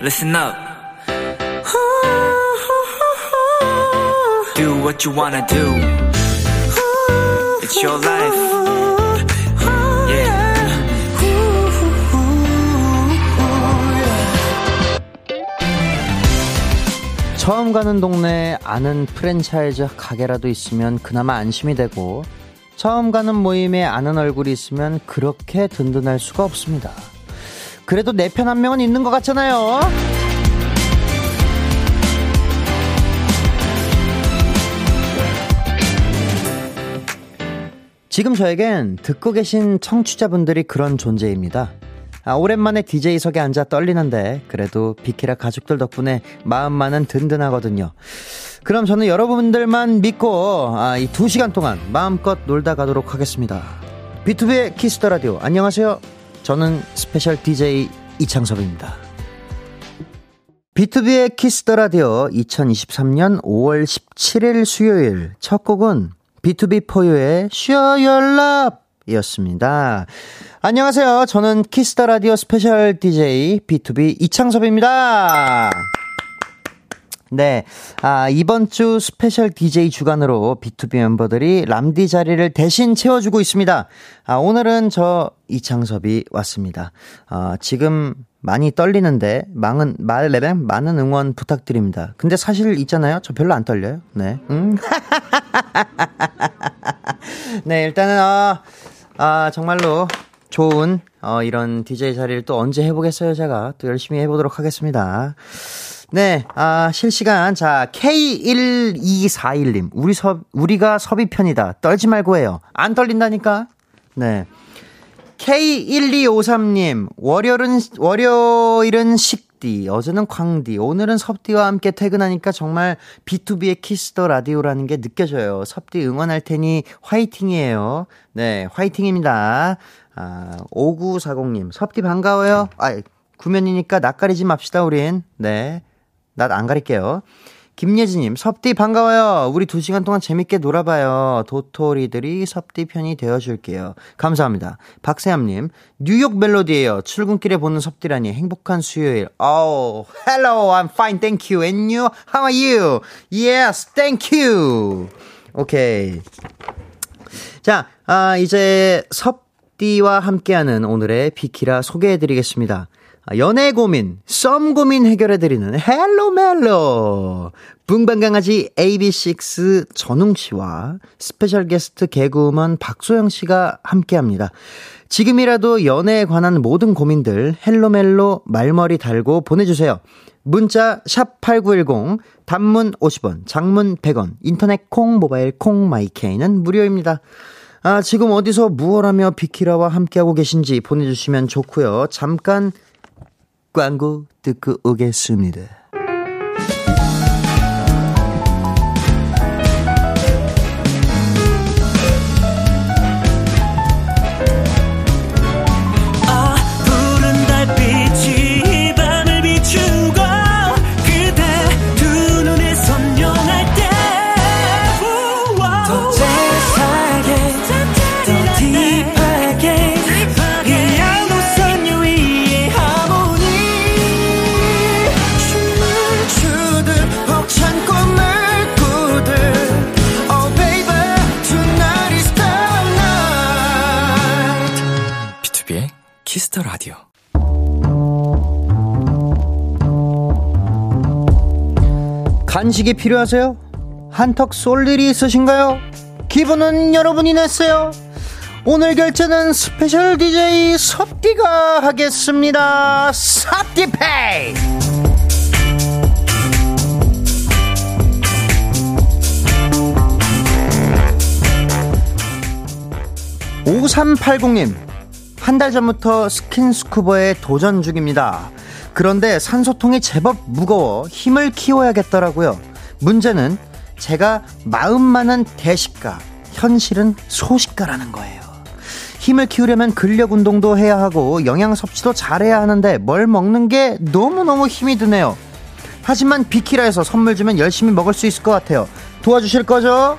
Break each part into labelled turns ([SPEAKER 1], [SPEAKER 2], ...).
[SPEAKER 1] listen up. Do what you wanna do. It's your life. Yeah.
[SPEAKER 2] 처음 가는 동네에 아는 프랜차이즈 가게라도 있으면 그나마 안심이 되고 처음 가는 모임에 아는 얼굴이 있으면 그렇게 든든할 수가 없습니다. 그래도 내 편 한 명은 있는 것 같잖아요. 지금 저에겐 듣고 계신 청취자분들이 그런 존재입니다. 아, 오랜만에 DJ석에 앉아 떨리는데 그래도 비키라 가족들 덕분에 마음만은 든든하거든요. 그럼 저는 여러분들만 믿고 아, 이 두 시간 동안 마음껏 놀다 가도록 하겠습니다. B2B의 키스터 라디오 안녕하세요. 저는 스페셜 DJ 이창섭입니다. B2B의 키스더 라디오 2023년 5월 17일 수요일 첫 곡은 B2B 포유의 Share Your Love 이었습니다. 안녕하세요. 저는 키스더 라디오 스페셜 DJ B2B 이창섭입니다. 네. 아, 이번 주 스페셜 DJ 주간으로 B2B 멤버들이 람디 자리를 대신 채워주고 있습니다. 아, 오늘은 저 이창섭이 왔습니다. 아, 지금 많이 떨리는데, 망은, 말 레벨 많은 응원 부탁드립니다. 근데 사실 있잖아요. 저 별로 안 떨려요. 네. 음. 네, 일단은, 아, 아, 정말로 좋은, 어, 이런 DJ 자리를 또 언제 해보겠어요. 제가 또 열심히 해보도록 하겠습니다. 네, 아, 실시간. 자, K1241님. 우리 섭, 우리가 섭이 편이다. 떨지 말고 해요. 안 떨린다니까? 네. K1253님. 월요일은, 월요일은 식디. 어제는 광디. 오늘은 섭디와 함께 퇴근하니까 정말 B2B의 키스더 라디오라는 게 느껴져요. 섭디 응원할 테니 화이팅이에요. 네, 화이팅입니다. 아, 5940님. 섭디 반가워요. 아, 구면이니까 낯가리지 맙시다, 우린. 네. 낯 안 가릴게요. 김예진님, 섭디 반가워요. 우리 두 시간 동안 재밌게 놀아봐요. 도토리들이 섭디 편이 되어줄게요. 감사합니다. 박세암님, 뉴욕 멜로디예요. 출근길에 보는 섭디라니 행복한 수요일. Oh, hello, I'm fine, thank you. And you? How are you? Yes, thank you. 오케이. 자, 아, 이제 섭디와 함께하는 오늘의 비키라 소개해드리겠습니다. 아, 연애 고민, 썸 고민 해결해드리는 헬로 멜로! 붕방강아지 AB6 전웅 씨와 스페셜 게스트 개그우먼 박소영 씨가 함께 합니다. 지금이라도 연애에 관한 모든 고민들 헬로 멜로 말머리 달고 보내주세요. 문자 샵8910 단문 50원, 장문 100원, 인터넷 콩, 모바일 콩, 마이케이는 무료입니다. 아, 지금 어디서 무엇하며 비키라와 함께하고 계신지 보내주시면 좋고요. 잠깐 광고 듣고 오겠습니다.
[SPEAKER 3] 아 푸른 달빛이 이 밤을 비추고 그대 두 눈에 선명할 때더 재밌하게 더 딥하게 이 양도선 유위의 하모니 춤을 추듯 벅찬 꿈을 꾸듯 Oh baby tonight is the night
[SPEAKER 4] B2B의 키스터 라디오.
[SPEAKER 2] 간식이 필요하세요? 한턱 쏠 일이 있으신가요? 기분은 여러분이 냈어요. 오늘 결제는 스페셜 DJ 섭디가 하겠습니다. 섭디페이! (5380님) 한 달 전부터 스킨스쿠버에 도전 중입니다. 그런데 산소통이 제법 무거워 힘을 키워야겠더라고요. 문제는 제가 마음만은 대식가, 현실은 소식가라는 거예요. 힘을 키우려면 근력 운동도 해야 하고 영양 섭취도 잘해야 하는데 뭘 먹는 게 너무너무 힘이 드네요. 하지만 비키라에서 선물 주면 열심히 먹을 수 있을 것 같아요. 도와주실 거죠?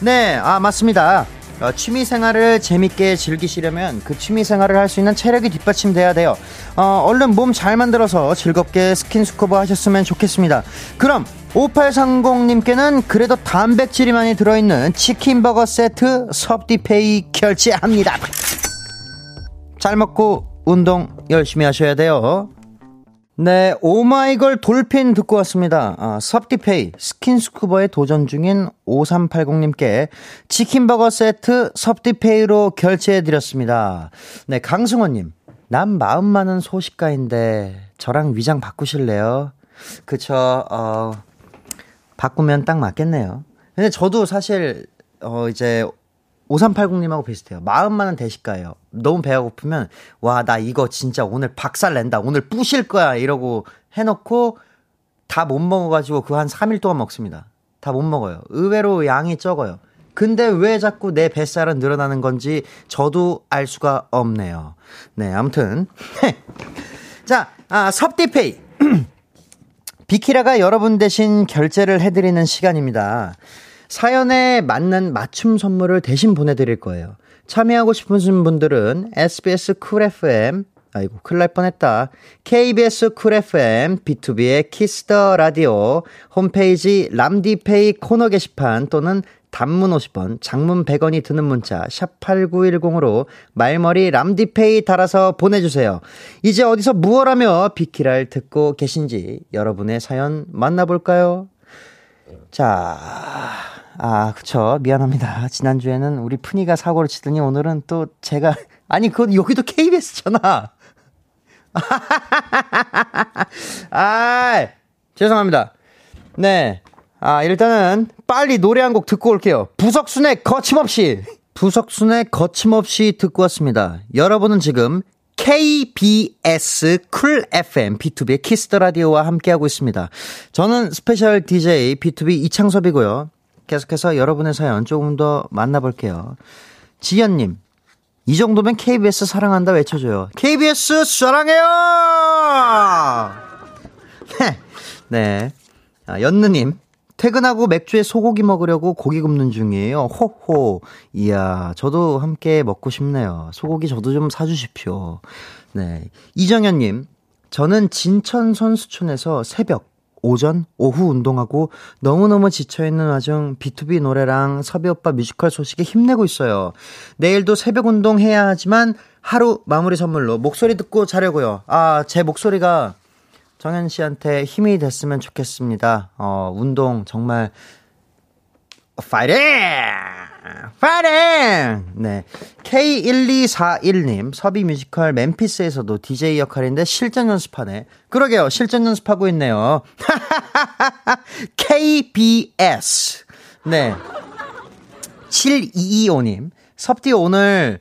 [SPEAKER 2] 네, 아, 맞습니다. 어, 취미 생활을 재밌게 즐기시려면 그 취미 생활을 할 수 있는 체력이 뒷받침돼야 돼요. 어, 얼른 몸 잘 만들어서 즐겁게 스킨스쿠버 하셨으면 좋겠습니다. 그럼 5830님께는 그래도 단백질이 많이 들어있는 치킨버거 세트 섭디페이 결제합니다. 잘 먹고 운동 열심히 하셔야 돼요. 네, 오마이걸 돌핀 듣고 왔습니다. 아, 섭디페이 스킨스쿠버에 도전 중인 5380님께 치킨버거 세트 섭디페이로 결제해드렸습니다. 네, 강승원님. 난 마음만은 소식가인데 저랑 위장 바꾸실래요? 그쵸, 어, 바꾸면 딱 맞겠네요. 근데 저도 사실, 어, 이제 5380님하고 비슷해요. 마음만은 대식가예요. 너무 배가 고프면, 와, 나 이거 진짜 오늘 박살 낸다. 오늘 부실 거야. 이러고 해놓고, 다 못 먹어가지고 그 한 3일 동안 먹습니다. 다 못 먹어요. 의외로 양이 적어요. 근데 왜 자꾸 내 뱃살은 늘어나는 건지 저도 알 수가 없네요. 네, 아무튼. 자, 아, 섭디페이. 비키라가 여러분 대신 결제를 해드리는 시간입니다. 사연에 맞는 맞춤 선물을 대신 보내드릴 거예요. 참여하고 싶으신 분들은 SBS 쿨 FM, 아이고, 큰일 날 뻔했다. KBS 쿨 FM, B2B의 키스터 라디오, 홈페이지 람디페이 코너 게시판 또는 단문 50원, 장문 100원이 드는 문자 샵 8910으로 말머리 람디페이 달아서 보내주세요. 이제 어디서 무얼하며 비키랄 듣고 계신지 여러분의 사연 만나볼까요? 자, 아 그쵸 미안합니다. 지난 주에는 우리 푼이가 사고를 치더니 오늘은 또 제가 아니 그건 여기도 KBS잖아. 아 죄송합니다. 네. 아, 일단은 빨리 노래 한 곡 듣고 올게요. 부석순의 거침없이. 부석순의 거침없이 듣고 왔습니다. 여러분은 지금 KBS 쿨 FM B2B 키스터 라디오와 함께하고 있습니다. 저는 스페셜 DJ B2B 이창섭이고요. 계속해서 여러분의 사연 조금 더 만나볼게요. 지연님, 이 정도면 KBS 사랑한다 외쳐줘요. KBS 사랑해요! 네. 네. 아, 연느님. 퇴근하고 맥주에 소고기 먹으려고 고기 굽는 중이에요. 호호. 이야, 저도 함께 먹고 싶네요. 소고기 저도 좀 사주십시오. 네. 이정현님. 저는 진천 선수촌에서 새벽, 오전, 오후 운동하고 너무너무 지쳐있는 와중 B2B 노래랑 섭이 오빠 뮤지컬 소식에 힘내고 있어요. 내일도 새벽 운동해야 하지만 하루 마무리 선물로 목소리 듣고 자려고요. 아, 제 목소리가 정현 씨한테 힘이 됐으면 좋겠습니다. 어, 운동 정말 파이팅! 파이팅! 네. K1241님, 서비 뮤지컬 멤피스에서도 DJ 역할인데 실전 연습하네. 그러게요. 실전 연습하고 있네요. KBS. 네. 7225님, 섭디 오늘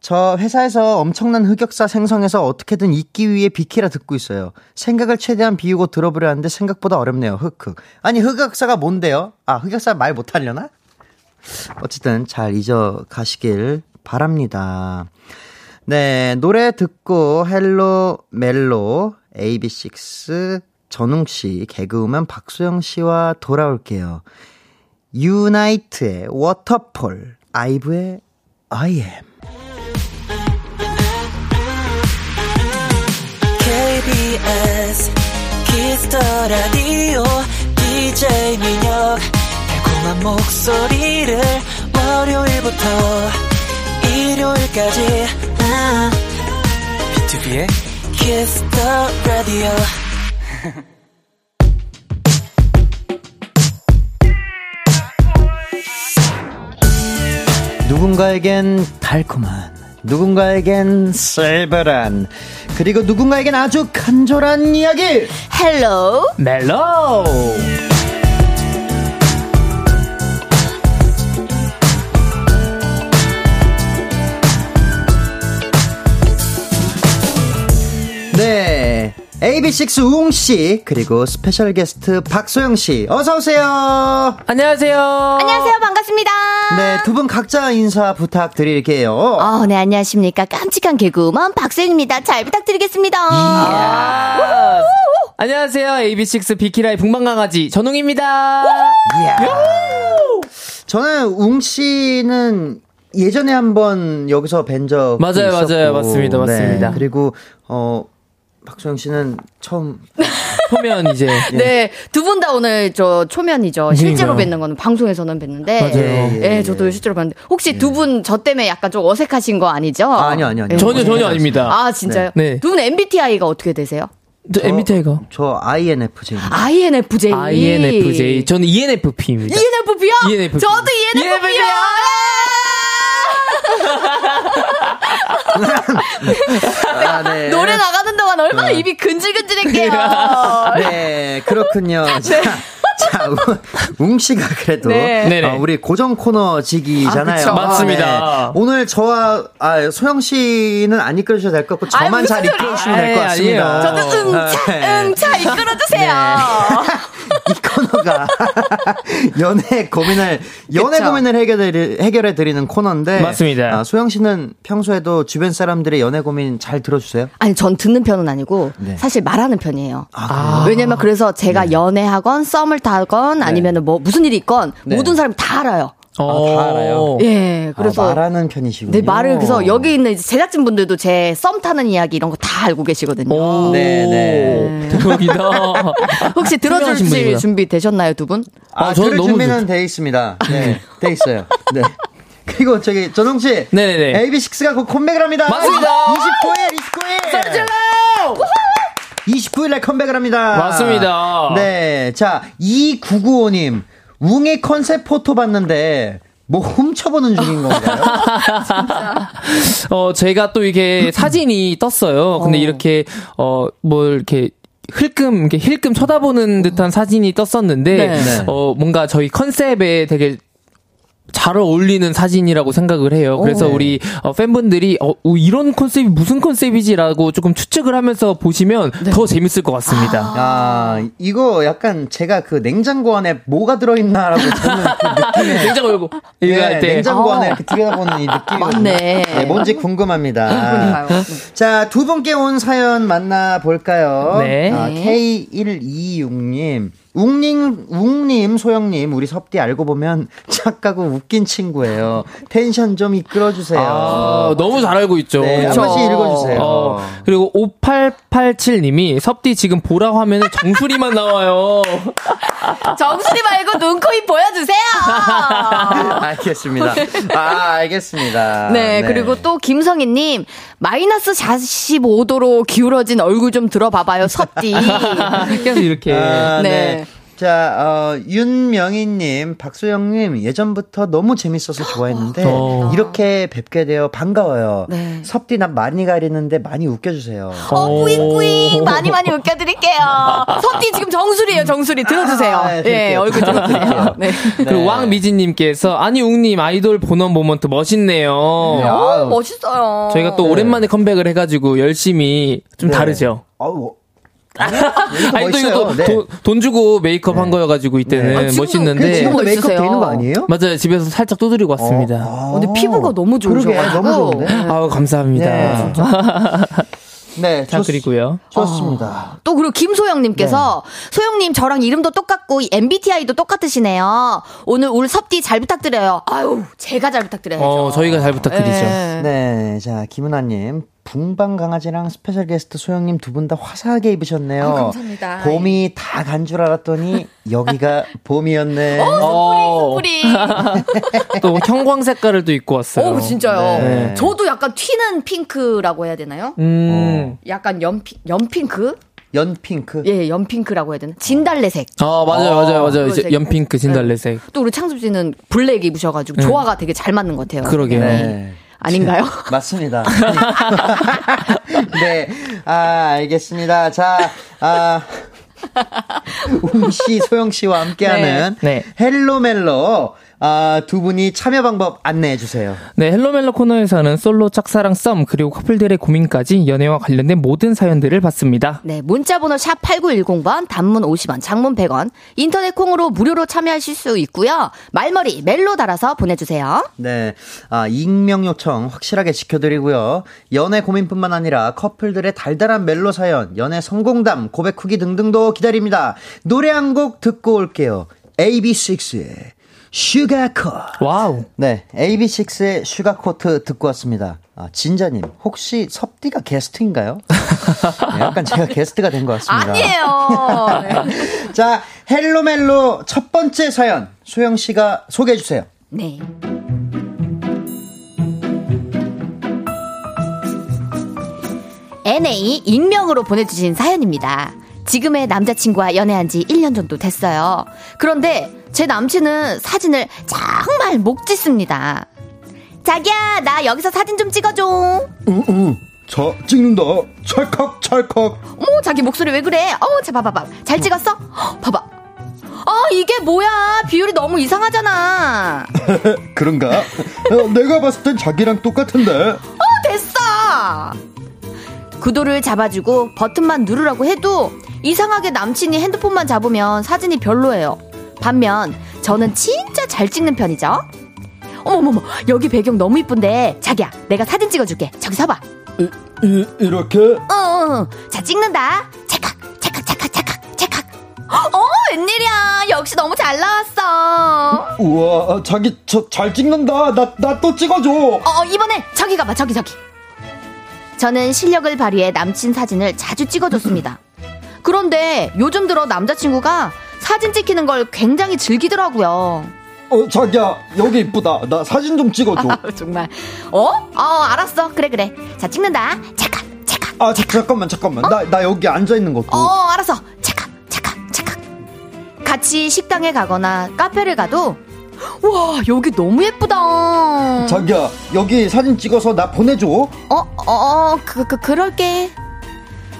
[SPEAKER 2] 저 회사에서 엄청난 흑역사 생성해서 어떻게든 잊기 위해 비키라 듣고 있어요. 생각을 최대한 비우고 들어보려 하는데 생각보다 어렵네요. 흑흑. 아니, 흑역사가 뭔데요? 아, 흑역사 말 못하려나? 어쨌든 잘 잊어 가시길 바랍니다. 네, 노래 듣고 헬로 멜로 AB6 전웅 씨, 개그우먼 박소영 씨와 돌아올게요. 유나이트의 워터폴, 아이브의 I am.
[SPEAKER 3] KBS 키스터 라디오 DJ 민혁 달콤한 목소리를 월요일부터 일요일까지 아,
[SPEAKER 4] B2B의
[SPEAKER 3] 키스터 라디오
[SPEAKER 2] 누군가에겐 달콤한, 누군가에겐 쌀벌한, 그리고 누군가에겐 아주 간절한 이야기!
[SPEAKER 1] 헬로
[SPEAKER 2] 멜로우! 네. AB6 우웅씨, 그리고 스페셜 게스트 박소영씨, 어서오세요!
[SPEAKER 4] 안녕하세요.
[SPEAKER 1] 안녕하세요 반갑습니다
[SPEAKER 2] 네, 두 분 각자 인사 부탁드릴게요.
[SPEAKER 1] 어, 네 안녕하십니까 깜찍한 개그우먼 박수영입니다 잘 부탁드리겠습니다
[SPEAKER 4] 아, 안녕하세요. AB6 비키라의 북방강아지 전웅입니다.
[SPEAKER 2] 이야. 저는 웅 씨는 예전에 한번 여기서 뵌 적.
[SPEAKER 4] 맞아요,
[SPEAKER 2] 있었고,
[SPEAKER 4] 맞아요. 맞습니다,
[SPEAKER 2] 네,
[SPEAKER 4] 맞습니다.
[SPEAKER 2] 그리고, 어, 박소영 씨는 처음.
[SPEAKER 4] 소면 이제 예.
[SPEAKER 1] 네, 두 분 다 오늘 저 초면이죠. 실제로
[SPEAKER 4] 그러니까요.
[SPEAKER 1] 뵙는 거는 방송에서는 뵀는데.
[SPEAKER 4] 맞아요.
[SPEAKER 1] 예, 저도 실제로 봤는데. 혹시 두 분 저 때문에 약간 좀 어색하신 거 아니죠? 네.
[SPEAKER 2] 아, 아니요, 아니요, 아니요.
[SPEAKER 4] 전혀 전혀 아닙니다.
[SPEAKER 1] 아, 진짜요?
[SPEAKER 4] 네. 네.
[SPEAKER 1] 두 분 MBTI가 어떻게 되세요?
[SPEAKER 4] 저 MBTI가
[SPEAKER 2] 저
[SPEAKER 4] 아,
[SPEAKER 2] INFJ입니다.
[SPEAKER 1] INFJ. E
[SPEAKER 4] INFJ. 저는 ENFP입니다.
[SPEAKER 1] ENFP요?
[SPEAKER 4] ENFP.
[SPEAKER 1] 저도 E ENFP요!
[SPEAKER 2] 아, 네.
[SPEAKER 1] 예. 노래 나가는 동안 얼마나 입이 근질근질했게요.
[SPEAKER 2] 네, 그렇군요. 자, 자, 우- 웅 씨가 그래도
[SPEAKER 1] 네.
[SPEAKER 4] 네네.
[SPEAKER 2] 어, 우리 고정 코너
[SPEAKER 1] 아,
[SPEAKER 2] 지기잖아요.
[SPEAKER 1] 그쵸.
[SPEAKER 4] 맞습니다.
[SPEAKER 2] 네. 오늘 저와 아, 소영 씨는 안 이끌어 주셔도 될 것 같고
[SPEAKER 1] 아유,
[SPEAKER 2] 저만
[SPEAKER 1] 무슨
[SPEAKER 2] 잘
[SPEAKER 1] 소리야.
[SPEAKER 2] 이끌어 주시면 될 것
[SPEAKER 4] 아이, 예,
[SPEAKER 2] 같습니다. 네.
[SPEAKER 4] 아니에요.
[SPEAKER 1] 저도
[SPEAKER 4] 음,
[SPEAKER 1] 응차, 응차 이끌어주세요.
[SPEAKER 2] 이 코너가 연애 고민을 연애
[SPEAKER 1] 그쵸.
[SPEAKER 2] 고민을 해결해 해결해 드리는 코너인데
[SPEAKER 4] 맞습니다.
[SPEAKER 2] 아, 소영 씨는 평소에도 주변 사람들의 연애 고민 잘 들어주세요.
[SPEAKER 1] 아니, 전 듣는 편은 아니고,
[SPEAKER 2] 네.
[SPEAKER 1] 사실 말하는 편이에요.
[SPEAKER 4] 아,
[SPEAKER 1] 왜냐면 그래서 제가 연애하건 썸을 타건 아니면 뭐 무슨 일이 있건
[SPEAKER 2] 네.
[SPEAKER 1] 모든 사람이 다 알아요.
[SPEAKER 4] 어.
[SPEAKER 2] 다 알아요?
[SPEAKER 1] 예, 그래서
[SPEAKER 2] 아, 말하는 편이시군요.
[SPEAKER 1] 내 말을 그래서 여기 있는 제작진 분들도 제 썸 타는 이야기 이런 거 다 알고 계시거든요.
[SPEAKER 4] 오,
[SPEAKER 2] 네, 네.
[SPEAKER 4] 대박이다.
[SPEAKER 1] 혹시
[SPEAKER 4] 훌륭하신
[SPEAKER 1] 들어줄
[SPEAKER 4] 분이구나.
[SPEAKER 1] 준비 되셨나요, 두 분?
[SPEAKER 2] 아,
[SPEAKER 4] 아, 저는
[SPEAKER 2] 들을
[SPEAKER 4] 너무
[SPEAKER 2] 준비는 돼 있습니다. 네, 돼 있어요. 네. 그리고 저기 전홍 씨,
[SPEAKER 4] 네네네.
[SPEAKER 2] AB6IX가 곧 컴백을 합니다.
[SPEAKER 4] 맞습니다.
[SPEAKER 2] 29일, 29일, 29일 날 컴백을 합니다.
[SPEAKER 4] 맞습니다.
[SPEAKER 2] 네, 자 2995님 웅이 컨셉 포토 봤는데 뭐 훔쳐보는 중인 건가요?
[SPEAKER 4] 어, 제가 또
[SPEAKER 2] 음.
[SPEAKER 4] 이게 사진이 떴어요. 근데 이렇게, 어, 뭘 이렇게. 흘끔 이렇게 힐끔
[SPEAKER 2] 음.
[SPEAKER 4] 쳐다보는 듯한 사진이 떴었는데
[SPEAKER 1] 네.
[SPEAKER 4] 어 뭔가 저희 컨셉에 되게 잘 어울리는 사진이라고 생각을 해요. 그래서 우리 어, 팬분들이 어, 어, 이런 컨셉이 무슨 컨셉이지라고 조금 추측을 하면서 보시면
[SPEAKER 2] 네.
[SPEAKER 4] 더 재밌을 것 같습니다.
[SPEAKER 2] 아, 이거 약간 제가 그 냉장고 안에 뭐가 들어있나라고 저는 그 느낌에
[SPEAKER 4] 냉장고 열고 이거
[SPEAKER 2] 네,
[SPEAKER 4] 할 때.
[SPEAKER 2] 냉장고
[SPEAKER 1] 아.
[SPEAKER 2] 안에 이렇게 들여다보는 이 느낌.
[SPEAKER 1] 맞네.
[SPEAKER 2] 뭔지 궁금합니다. 자, 두 분께 온 사연 만나볼까요?
[SPEAKER 4] 네.
[SPEAKER 2] 아, K126님. 웅님, 웅님, 소영님, 우리 섭디 알고 보면 착하고 웃긴 친구예요. 텐션 좀 이끌어주세요.
[SPEAKER 4] 아, 너무 잘 알고 있죠.
[SPEAKER 2] 네, 한
[SPEAKER 4] 그쵸?
[SPEAKER 2] 번씩 읽어주세요.
[SPEAKER 4] 어, 그리고 5887님이 섭디 지금 보라 화면에 정수리만 나와요.
[SPEAKER 1] 아, 정수리 말고 눈, 코, 입 보여주세요!
[SPEAKER 2] 알겠습니다. 아, 알겠습니다.
[SPEAKER 1] 네, 그리고 또 김성희님, 마이너스 45도로 기울어진 얼굴 좀 들어봐봐요, 섭디.
[SPEAKER 4] 계속 이렇게.
[SPEAKER 2] 아, 네.
[SPEAKER 1] 네.
[SPEAKER 2] 자, 어, 윤명희님, 박소영님, 예전부터 너무 재밌어서 좋아했는데,
[SPEAKER 4] 어.
[SPEAKER 2] 이렇게 뵙게 되어 반가워요.
[SPEAKER 1] 네.
[SPEAKER 2] 섭디 난 많이 가리는데 많이 웃겨주세요.
[SPEAKER 1] 어, 뿌잉뿌잉! 많이 많이 웃겨드릴게요. 섭디 지금 정수리예요, 정수리. 들어주세요.
[SPEAKER 2] 아, 네,
[SPEAKER 1] 예,
[SPEAKER 2] 드릴게요.
[SPEAKER 1] 얼굴 들어주세요. 네.
[SPEAKER 4] 그리고 왕미진님께서 아니 웅님 아이돌 본원 모먼트 멋있네요.
[SPEAKER 2] 네, 아유.
[SPEAKER 1] 어, 멋있어요.
[SPEAKER 4] 저희가 또 오랜만에 컴백을 해가지고 열심히 좀
[SPEAKER 2] 네.
[SPEAKER 4] 음, 다르죠.
[SPEAKER 2] 아우,
[SPEAKER 4] 아니 또 이거 또
[SPEAKER 2] 멋있어요. 네.
[SPEAKER 4] 돈, 돈 주고 메이크업 한 거여가지고 이때는
[SPEAKER 2] 네. 아,
[SPEAKER 1] 지금도
[SPEAKER 4] 멋있는데
[SPEAKER 1] 그 지금
[SPEAKER 2] 지금도 메이크업
[SPEAKER 1] 멋있으세요.
[SPEAKER 2] 되는 거 아니에요? 아.
[SPEAKER 4] 맞아요 집에서 살짝 두드리고 왔습니다.
[SPEAKER 1] 어, 근데 피부가 너무
[SPEAKER 2] 그러게,
[SPEAKER 1] 좋으셔가지고.
[SPEAKER 2] 너무 좋은데?
[SPEAKER 4] 아우 감사합니다.
[SPEAKER 2] 네, 진짜. 네,
[SPEAKER 4] 자
[SPEAKER 2] 좋-
[SPEAKER 4] 그리고요.
[SPEAKER 2] 좋습니다.
[SPEAKER 1] 또 그리고 김소영님께서
[SPEAKER 4] 네.
[SPEAKER 1] 소영님 저랑 이름도 똑같고 이 MBTI도 똑같으시네요. 오늘 올 섭디 잘 부탁드려요. 아유 제가 잘 부탁드려요.
[SPEAKER 4] 어 저희가 잘 부탁드리죠.
[SPEAKER 2] 네, 자, 김은아님. 붕방 강아지랑 스페셜 게스트 소영님 두 분 다 화사하게 입으셨네요.
[SPEAKER 1] 아, 감사합니다.
[SPEAKER 2] 봄이 다 간 줄 알았더니 여기가 봄이었네.
[SPEAKER 4] 어,
[SPEAKER 1] 뿌리.
[SPEAKER 4] 또 형광 색깔을 또 입고 왔어요.
[SPEAKER 1] 오 진짜요.
[SPEAKER 2] 네.
[SPEAKER 1] 저도 약간 튀는 핑크라고 해야 되나요?
[SPEAKER 4] 음.
[SPEAKER 1] 약간 연피, 연핑크?
[SPEAKER 2] 연핑크.
[SPEAKER 1] 예, 연핑크라고 해야 되나? 진달래색.
[SPEAKER 4] 아 맞아요 맞아요 맞아요
[SPEAKER 1] 어, 그거 색-
[SPEAKER 4] 연핑크 진달래색
[SPEAKER 1] 또 우리 창섭 씨는 블랙 입으셔가지고 조화가 되게 잘 맞는 것 같아요.
[SPEAKER 4] 네. 그러게요.
[SPEAKER 2] 네.
[SPEAKER 1] 아닌가요?
[SPEAKER 2] 맞습니다. 네. 아, 알겠습니다. 자, 아. 웅씨, 소영씨와 함께하는
[SPEAKER 4] 네,
[SPEAKER 2] 헬로멜로 아, 두 분이 참여 방법 안내해주세요.
[SPEAKER 4] 네, 헬로멜로 코너에서는 솔로 짝사랑 썸 그리고 커플들의 고민까지 연애와 관련된 모든 사연들을 봤습니다.
[SPEAKER 1] 네, 문자번호 샵 8910번, 단문 50원, 장문 100원, 인터넷 콩으로 무료로 참여하실 수 있고요. 말머리 멜로 달아서 보내주세요.
[SPEAKER 2] 네. 아, 익명 요청 확실하게 지켜드리고요. 연애 고민뿐만 아니라 커플들의 달달한 멜로 사연, 연애 성공담, 고백 후기 등등도 기다립니다. 노래 한 곡 듣고 올게요. AB6IX의 슈가컷.
[SPEAKER 4] 와우.
[SPEAKER 2] 네, AB6의 슈가코트 듣고 왔습니다. 아, 진자님, 혹시 섭디가 게스트인가요? 네, 약간 제가 게스트가 된 것 같습니다.
[SPEAKER 1] 아니에요.
[SPEAKER 2] 자, 헬로멜로 첫 번째 사연, 소영 씨가 소개해 주세요.
[SPEAKER 1] 네. NA 익명으로 보내주신 사연입니다. 지금의 남자친구와 연애한 지 1년 정도 됐어요. 그런데 제 남친은 사진을 정말 못 찍습니다. 자기야, 나 여기서 사진 좀 찍어줘.
[SPEAKER 2] 응, 응. 저 찍는다. 찰칵, 찰칵.
[SPEAKER 1] 어머 자기 목소리 왜 그래? 어머 자 봐봐봐 잘 찍었어? 헉, 봐봐 아 이게 뭐야 비율이 너무 이상하잖아
[SPEAKER 2] 그런가? 어, 내가 봤을 땐 자기랑 똑같은데.
[SPEAKER 1] 어 됐어 구도를 잡아주고 버튼만 누르라고 해도 이상하게 남친이 핸드폰만 잡으면 사진이 별로예요 반면 저는 진짜 잘 찍는 편이죠 어머머머 여기 배경 너무 이쁜데 자기야 내가 사진 찍어줄게 저기 서봐
[SPEAKER 2] 이, 이렇게?
[SPEAKER 1] 어, 자 찍는다. 찰칵, 찰칵, 찰칵, 찰칵, 찰칵. 어, 웬일이야. 역시 너무 잘 나왔어.
[SPEAKER 2] 우와, 자기 저 잘 찍는다. 나, 나 또 찍어줘.
[SPEAKER 1] 어, 이번엔 저기 가봐, 저기, 저기. 저는 실력을 발휘해 남친 사진을 자주 찍어줬습니다. 그런데 요즘 들어 남자친구가 사진 찍히는 걸 굉장히 즐기더라고요.
[SPEAKER 2] 어, 자기야, 여기 이쁘다. 나 사진 좀 찍어줘.
[SPEAKER 1] 정말. 어? 어, 알았어. 그래, 그래. 자, 찍는다. 찰칵, 찰칵.
[SPEAKER 2] 아, 자, 잠깐만, 잠깐만. 나, 나 여기 앉아있는 것도.
[SPEAKER 1] 어, 알았어. 착각, 착각, 착각. 같이 식당에 가거나 카페를 가도 와 여기 너무 예쁘다.
[SPEAKER 2] 자기야, 여기 사진 찍어서 나 보내줘.
[SPEAKER 1] 어, 어, 그, 그, 그럴게.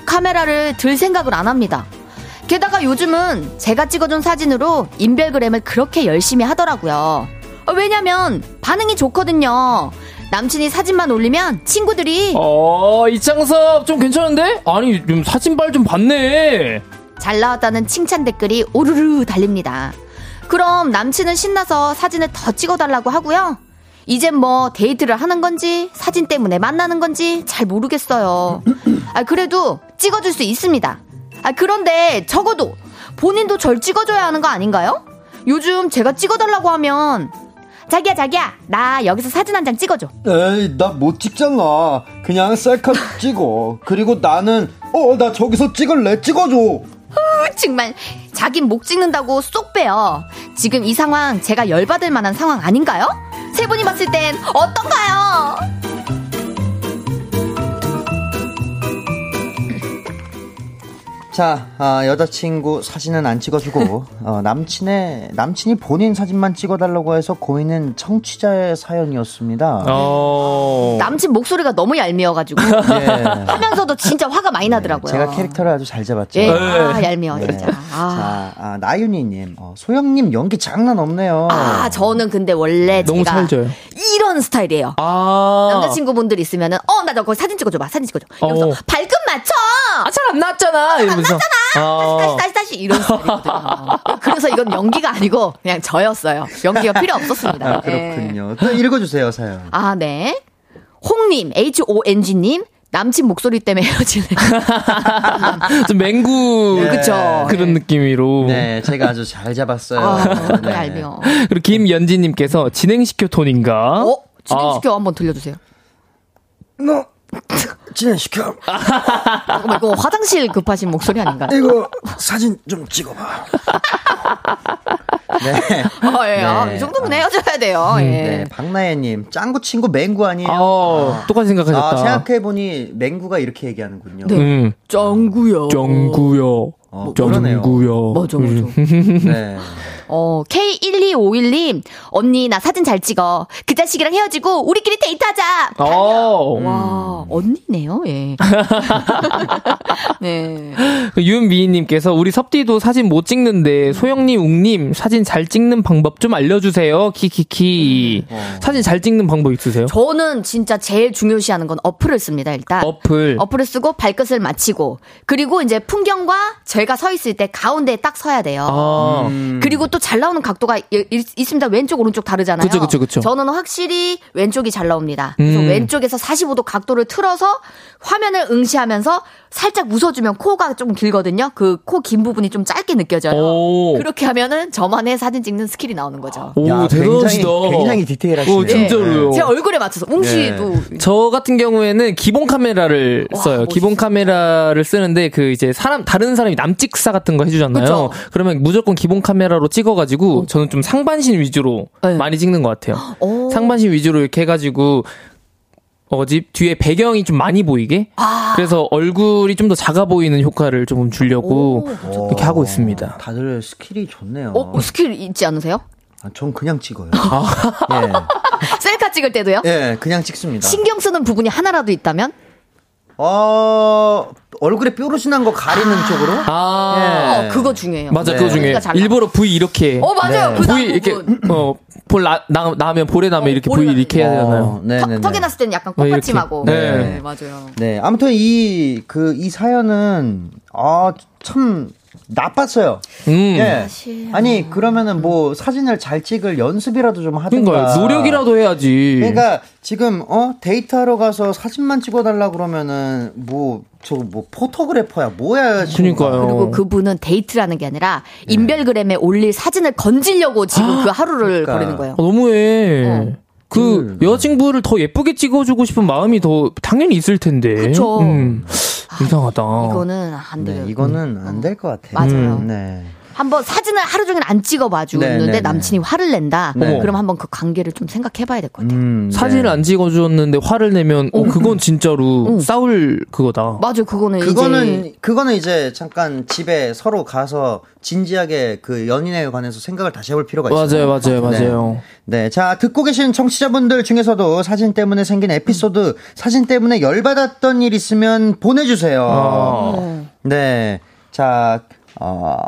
[SPEAKER 1] 카메라를 들 생각을 안 합니다. 게다가 요즘은 제가 찍어준 사진으로 인별그램을 그렇게 열심히 하더라고요. 어, 왜냐면 반응이 좋거든요. 남친이 사진만 올리면 친구들이
[SPEAKER 4] 어, 이창섭 좀 괜찮은데? 아니, 좀 사진발 좀 봤네.
[SPEAKER 1] 잘 나왔다는 칭찬 댓글이 오르르 달립니다. 그럼 남친은 신나서 사진을 더 찍어달라고 하고요. 이젠 뭐 데이트를 하는 건지 사진 때문에 만나는 건지 잘 모르겠어요. 아, 그래도 찍어줄 수 있습니다. 아, 그런데 적어도 본인도 절 찍어줘야 하는 거 아닌가요? 요즘 제가 찍어달라고 하면 자기야 자기야 나 여기서 사진 한 장 찍어줘.
[SPEAKER 2] 에이, 나 못 찍잖아. 그냥 셀카 찍어. 그리고 나는, 어, 나 저기서 찍을래. 찍어줘.
[SPEAKER 1] 정말 자긴 목 찍는다고 쏙 빼요. 지금 이 상황 제가 열받을 만한 상황 아닌가요? 세 분이 봤을 땐 어떤가요?
[SPEAKER 2] 자, 아, 여자친구 사진은 안 찍어주고, 어, 남친의, 남친이 본인 사진만 찍어달라고 해서 고인은 청취자의 사연이었습니다.
[SPEAKER 4] 어.
[SPEAKER 1] 남친 목소리가 너무 얄미워가지고
[SPEAKER 2] 예.
[SPEAKER 1] 하면서도 진짜 화가 많이 나더라고요.
[SPEAKER 2] 제가 캐릭터를 아주 잘 잡았죠.
[SPEAKER 1] 예, 아, 얄미워
[SPEAKER 2] 네.
[SPEAKER 1] 진짜. 아.
[SPEAKER 2] 자, 아, 나윤이님, 어, 소영님 연기 장난 없네요.
[SPEAKER 1] 아, 저는 근데 원래
[SPEAKER 4] 너무
[SPEAKER 1] 제가
[SPEAKER 4] 살쪄요.
[SPEAKER 1] 이런 스타일이에요.
[SPEAKER 4] 아.
[SPEAKER 1] 남자친구분들 있으면은 어 나 저거 사진 찍어줘봐 사진 찍어줘 이러면서
[SPEAKER 4] 어.
[SPEAKER 1] 발끝 맞춰
[SPEAKER 4] 아잘안 나왔잖아. 이러면서.
[SPEAKER 1] 다시
[SPEAKER 4] 아.
[SPEAKER 1] 다시 다시 이런 스타일이거든요. 그래서 이건 연기가 아니고 그냥 저였어요. 연기가 필요 없었습니다. 예.
[SPEAKER 2] 아, 그렇군요. 또 읽어주세요, 사연.
[SPEAKER 4] 음.
[SPEAKER 1] 아, 네. 홍님, H-O-N-G님, 남친 목소리 때문에 헤어질래.
[SPEAKER 4] 어, 좀 맹구.
[SPEAKER 2] 예.
[SPEAKER 1] 네. 그쵸.
[SPEAKER 4] 그런 느낌으로.
[SPEAKER 2] 네, 제가 아주 잘 잡았어요.
[SPEAKER 1] 아, 너무
[SPEAKER 2] 네.
[SPEAKER 1] 얄미워.
[SPEAKER 4] 그리고 김연지님께서 진행시켜 톤인가?
[SPEAKER 1] 어? 진행시켜 한번 들려주세요.
[SPEAKER 2] 너, 진행시켜.
[SPEAKER 1] 잠깐만, 이거 화장실 급하신 목소리 아닌가요?
[SPEAKER 2] 이거 사진 좀 찍어봐. 네.
[SPEAKER 1] 어, 예. 아,
[SPEAKER 2] 네.
[SPEAKER 1] 이 정도면 헤어져야 돼요. 예.
[SPEAKER 2] 네, 박나혜님, 짱구 친구 맹구 아니에요?
[SPEAKER 4] 아, 어, 똑같이 생각하셨다.
[SPEAKER 2] 아, 생각해보니 맹구가 이렇게 얘기하는군요.
[SPEAKER 1] 네.
[SPEAKER 4] 음.
[SPEAKER 1] 정구요. 음.
[SPEAKER 4] 정구요.
[SPEAKER 2] 어,
[SPEAKER 4] 정구요.
[SPEAKER 1] 맞아, 맞아.
[SPEAKER 2] 네.
[SPEAKER 1] 어, K1251님, 언니, 나 사진 잘 찍어. 그 자식이랑 헤어지고, 우리끼리 데이트하자!
[SPEAKER 4] 어.
[SPEAKER 1] 와, 언니네요, 예. 네.
[SPEAKER 4] 그 윤미희님께서 우리 섭디도 사진 못 찍는데 소영님, 웅님 사진 잘 찍는 방법 좀 알려주세요. 키키키.
[SPEAKER 2] 어.
[SPEAKER 4] 사진 잘 찍는 방법 있으세요?
[SPEAKER 1] 저는 진짜 제일 중요시하는 건 어플을 씁니다, 일단.
[SPEAKER 4] 어플.
[SPEAKER 1] 어플을 쓰고 발끝을 맞히고 그리고 이제 풍경과 제가 서 있을 때 가운데에 딱 서야 돼요.
[SPEAKER 4] 아,
[SPEAKER 2] 음.
[SPEAKER 1] 그리고 또 잘 나오는 각도가 이- 이- 있습니다. 왼쪽 오른쪽 다르잖아요.
[SPEAKER 4] 그쵸, 그쵸, 그쵸.
[SPEAKER 1] 저는 확실히 왼쪽이 잘 나옵니다. 그래서
[SPEAKER 4] 음.
[SPEAKER 1] 왼쪽에서 45도 각도를 틀어서 화면을 응시하면서 살짝 웃어주면 코가 좀 길거든요. 그 코 긴 부분이 좀 짧게 느껴져요.
[SPEAKER 4] 오. 아,
[SPEAKER 1] 그렇게 하면은 저만의 사진 찍는 스킬이 나오는 거죠.
[SPEAKER 4] 오,
[SPEAKER 2] 야,
[SPEAKER 4] 대단하시다.
[SPEAKER 2] 굉장히- 굉장히 디테일하시네요.
[SPEAKER 4] 어, 진짜로요. 네.
[SPEAKER 1] 제 얼굴에 맞춰서 웅씨도
[SPEAKER 4] 저 같은 경우에는 기본 카메라를
[SPEAKER 1] 와,
[SPEAKER 4] 써요.
[SPEAKER 1] 멋있어.
[SPEAKER 4] 기본 카메라를 쓰는데 그 이제 사람 다른 사람이 남찍사 같은 거 해주잖아요.
[SPEAKER 1] 그쵸.
[SPEAKER 4] 그러면 무조건 기본 카메라로 찍어가지고 저는 좀 상반신 위주로
[SPEAKER 1] 네. 어.
[SPEAKER 4] 많이 찍는 것 같아요.
[SPEAKER 1] 오.
[SPEAKER 4] 상반신 위주로 이렇게 해가지고 어집 뒤에 배경이 좀 많이 보이게
[SPEAKER 1] 아.
[SPEAKER 4] 그래서 얼굴이 좀 더 작아 보이는 효과를 조금 주려고
[SPEAKER 1] 오.
[SPEAKER 4] 이렇게 하고 있습니다.
[SPEAKER 2] 어, 다들 스킬이 좋네요.
[SPEAKER 1] 어, 스킬 있지 않으세요?
[SPEAKER 2] 아, 전 그냥 찍어요. 예.
[SPEAKER 1] 셀카 찍을
[SPEAKER 4] 네.
[SPEAKER 1] 때도요?
[SPEAKER 2] 예, 그냥 찍습니다.
[SPEAKER 1] 신경 쓰는 부분이 하나라도 있다면?
[SPEAKER 2] 어, 얼굴에 뾰루지난 거 가리는 쪽으로?
[SPEAKER 4] 아
[SPEAKER 1] 어, 그거 중요해요.
[SPEAKER 4] 맞아
[SPEAKER 2] 네.
[SPEAKER 4] 그거 중에
[SPEAKER 1] 그러니까 잘 나와.
[SPEAKER 4] 일부러 V 이렇게
[SPEAKER 1] 어, 맞아요.
[SPEAKER 2] 네.
[SPEAKER 1] 그
[SPEAKER 4] 부위
[SPEAKER 1] 다음
[SPEAKER 4] 이렇게
[SPEAKER 1] 부분.
[SPEAKER 4] 어볼 나면 볼에 나면 이렇게
[SPEAKER 1] 볼에
[SPEAKER 4] 부위
[SPEAKER 1] 나면.
[SPEAKER 4] 이렇게 해야 되나요?
[SPEAKER 2] 네,
[SPEAKER 1] 턱,
[SPEAKER 2] 네, 네.
[SPEAKER 1] 턱에 났을 때는 약간
[SPEAKER 4] 네,
[SPEAKER 1] 꽃받침하고.
[SPEAKER 4] 이렇게.
[SPEAKER 1] 네.
[SPEAKER 4] 네.
[SPEAKER 1] 맞아요.
[SPEAKER 2] 네, 아무튼 이, 그, 이 사연은, 아, 참, 나빴어요.
[SPEAKER 4] 음.
[SPEAKER 2] 예.
[SPEAKER 1] 사실,
[SPEAKER 2] 아니, 그러면은 뭐, 사진을 잘 찍을 연습이라도 좀 하든가.
[SPEAKER 4] 그러니까 노력이라도 해야지.
[SPEAKER 2] 그러니까 지금 어 데이트하러 가서 사진만 찍어달라 그러면은 뭐 저거 뭐 포토그래퍼야 뭐야 지금.
[SPEAKER 4] 그러니까요.
[SPEAKER 1] 그리고 그분은 데이트라는 게 아니라 인별그램에 올릴 사진을 건지려고 지금 그 하루를
[SPEAKER 2] 그러니까.
[SPEAKER 1] 보내는 거예요.
[SPEAKER 4] 아, 너무해.
[SPEAKER 1] 어.
[SPEAKER 2] 음.
[SPEAKER 4] 그 여자친구를 더 예쁘게 찍어주고 싶은 마음이 더 당연히 있을 텐데.
[SPEAKER 1] 그쵸. 아,
[SPEAKER 4] 음. 이상하다.
[SPEAKER 1] 이거는 안 돼요.
[SPEAKER 2] 어. 네 이거는 안 될 것 같아요.
[SPEAKER 1] 맞아요.
[SPEAKER 2] 네.
[SPEAKER 1] 한번 사진을 하루 종일 안 찍어봐
[SPEAKER 2] 네,
[SPEAKER 1] 주는데
[SPEAKER 2] 네, 네.
[SPEAKER 1] 남친이 화를 낸다.
[SPEAKER 2] 네.
[SPEAKER 1] 그럼 한번 그 관계를 좀 생각해봐야 될 것 같아요.
[SPEAKER 2] 음, 네.
[SPEAKER 4] 사진을 안 찍어주었는데 화를 내면 어, 그건
[SPEAKER 1] 어.
[SPEAKER 4] 진짜로 싸울 그거다.
[SPEAKER 1] 맞아요. 그거는
[SPEAKER 2] 음.
[SPEAKER 4] 네,
[SPEAKER 2] 그거는
[SPEAKER 1] 이제
[SPEAKER 2] 그거는 이제 잠깐 집에 서로 가서 진지하게 그 연인에 관해서 생각을 다시 해볼 필요가 있어요.
[SPEAKER 4] 맞아요, 맞아요, 맞아요.
[SPEAKER 2] 네. 네, 자 듣고 계신 청취자분들 중에서도 사진 때문에 생긴 에피소드, 사진 때문에 열받았던 일 있으면 보내주세요.
[SPEAKER 4] 아.
[SPEAKER 2] 네, 자 어,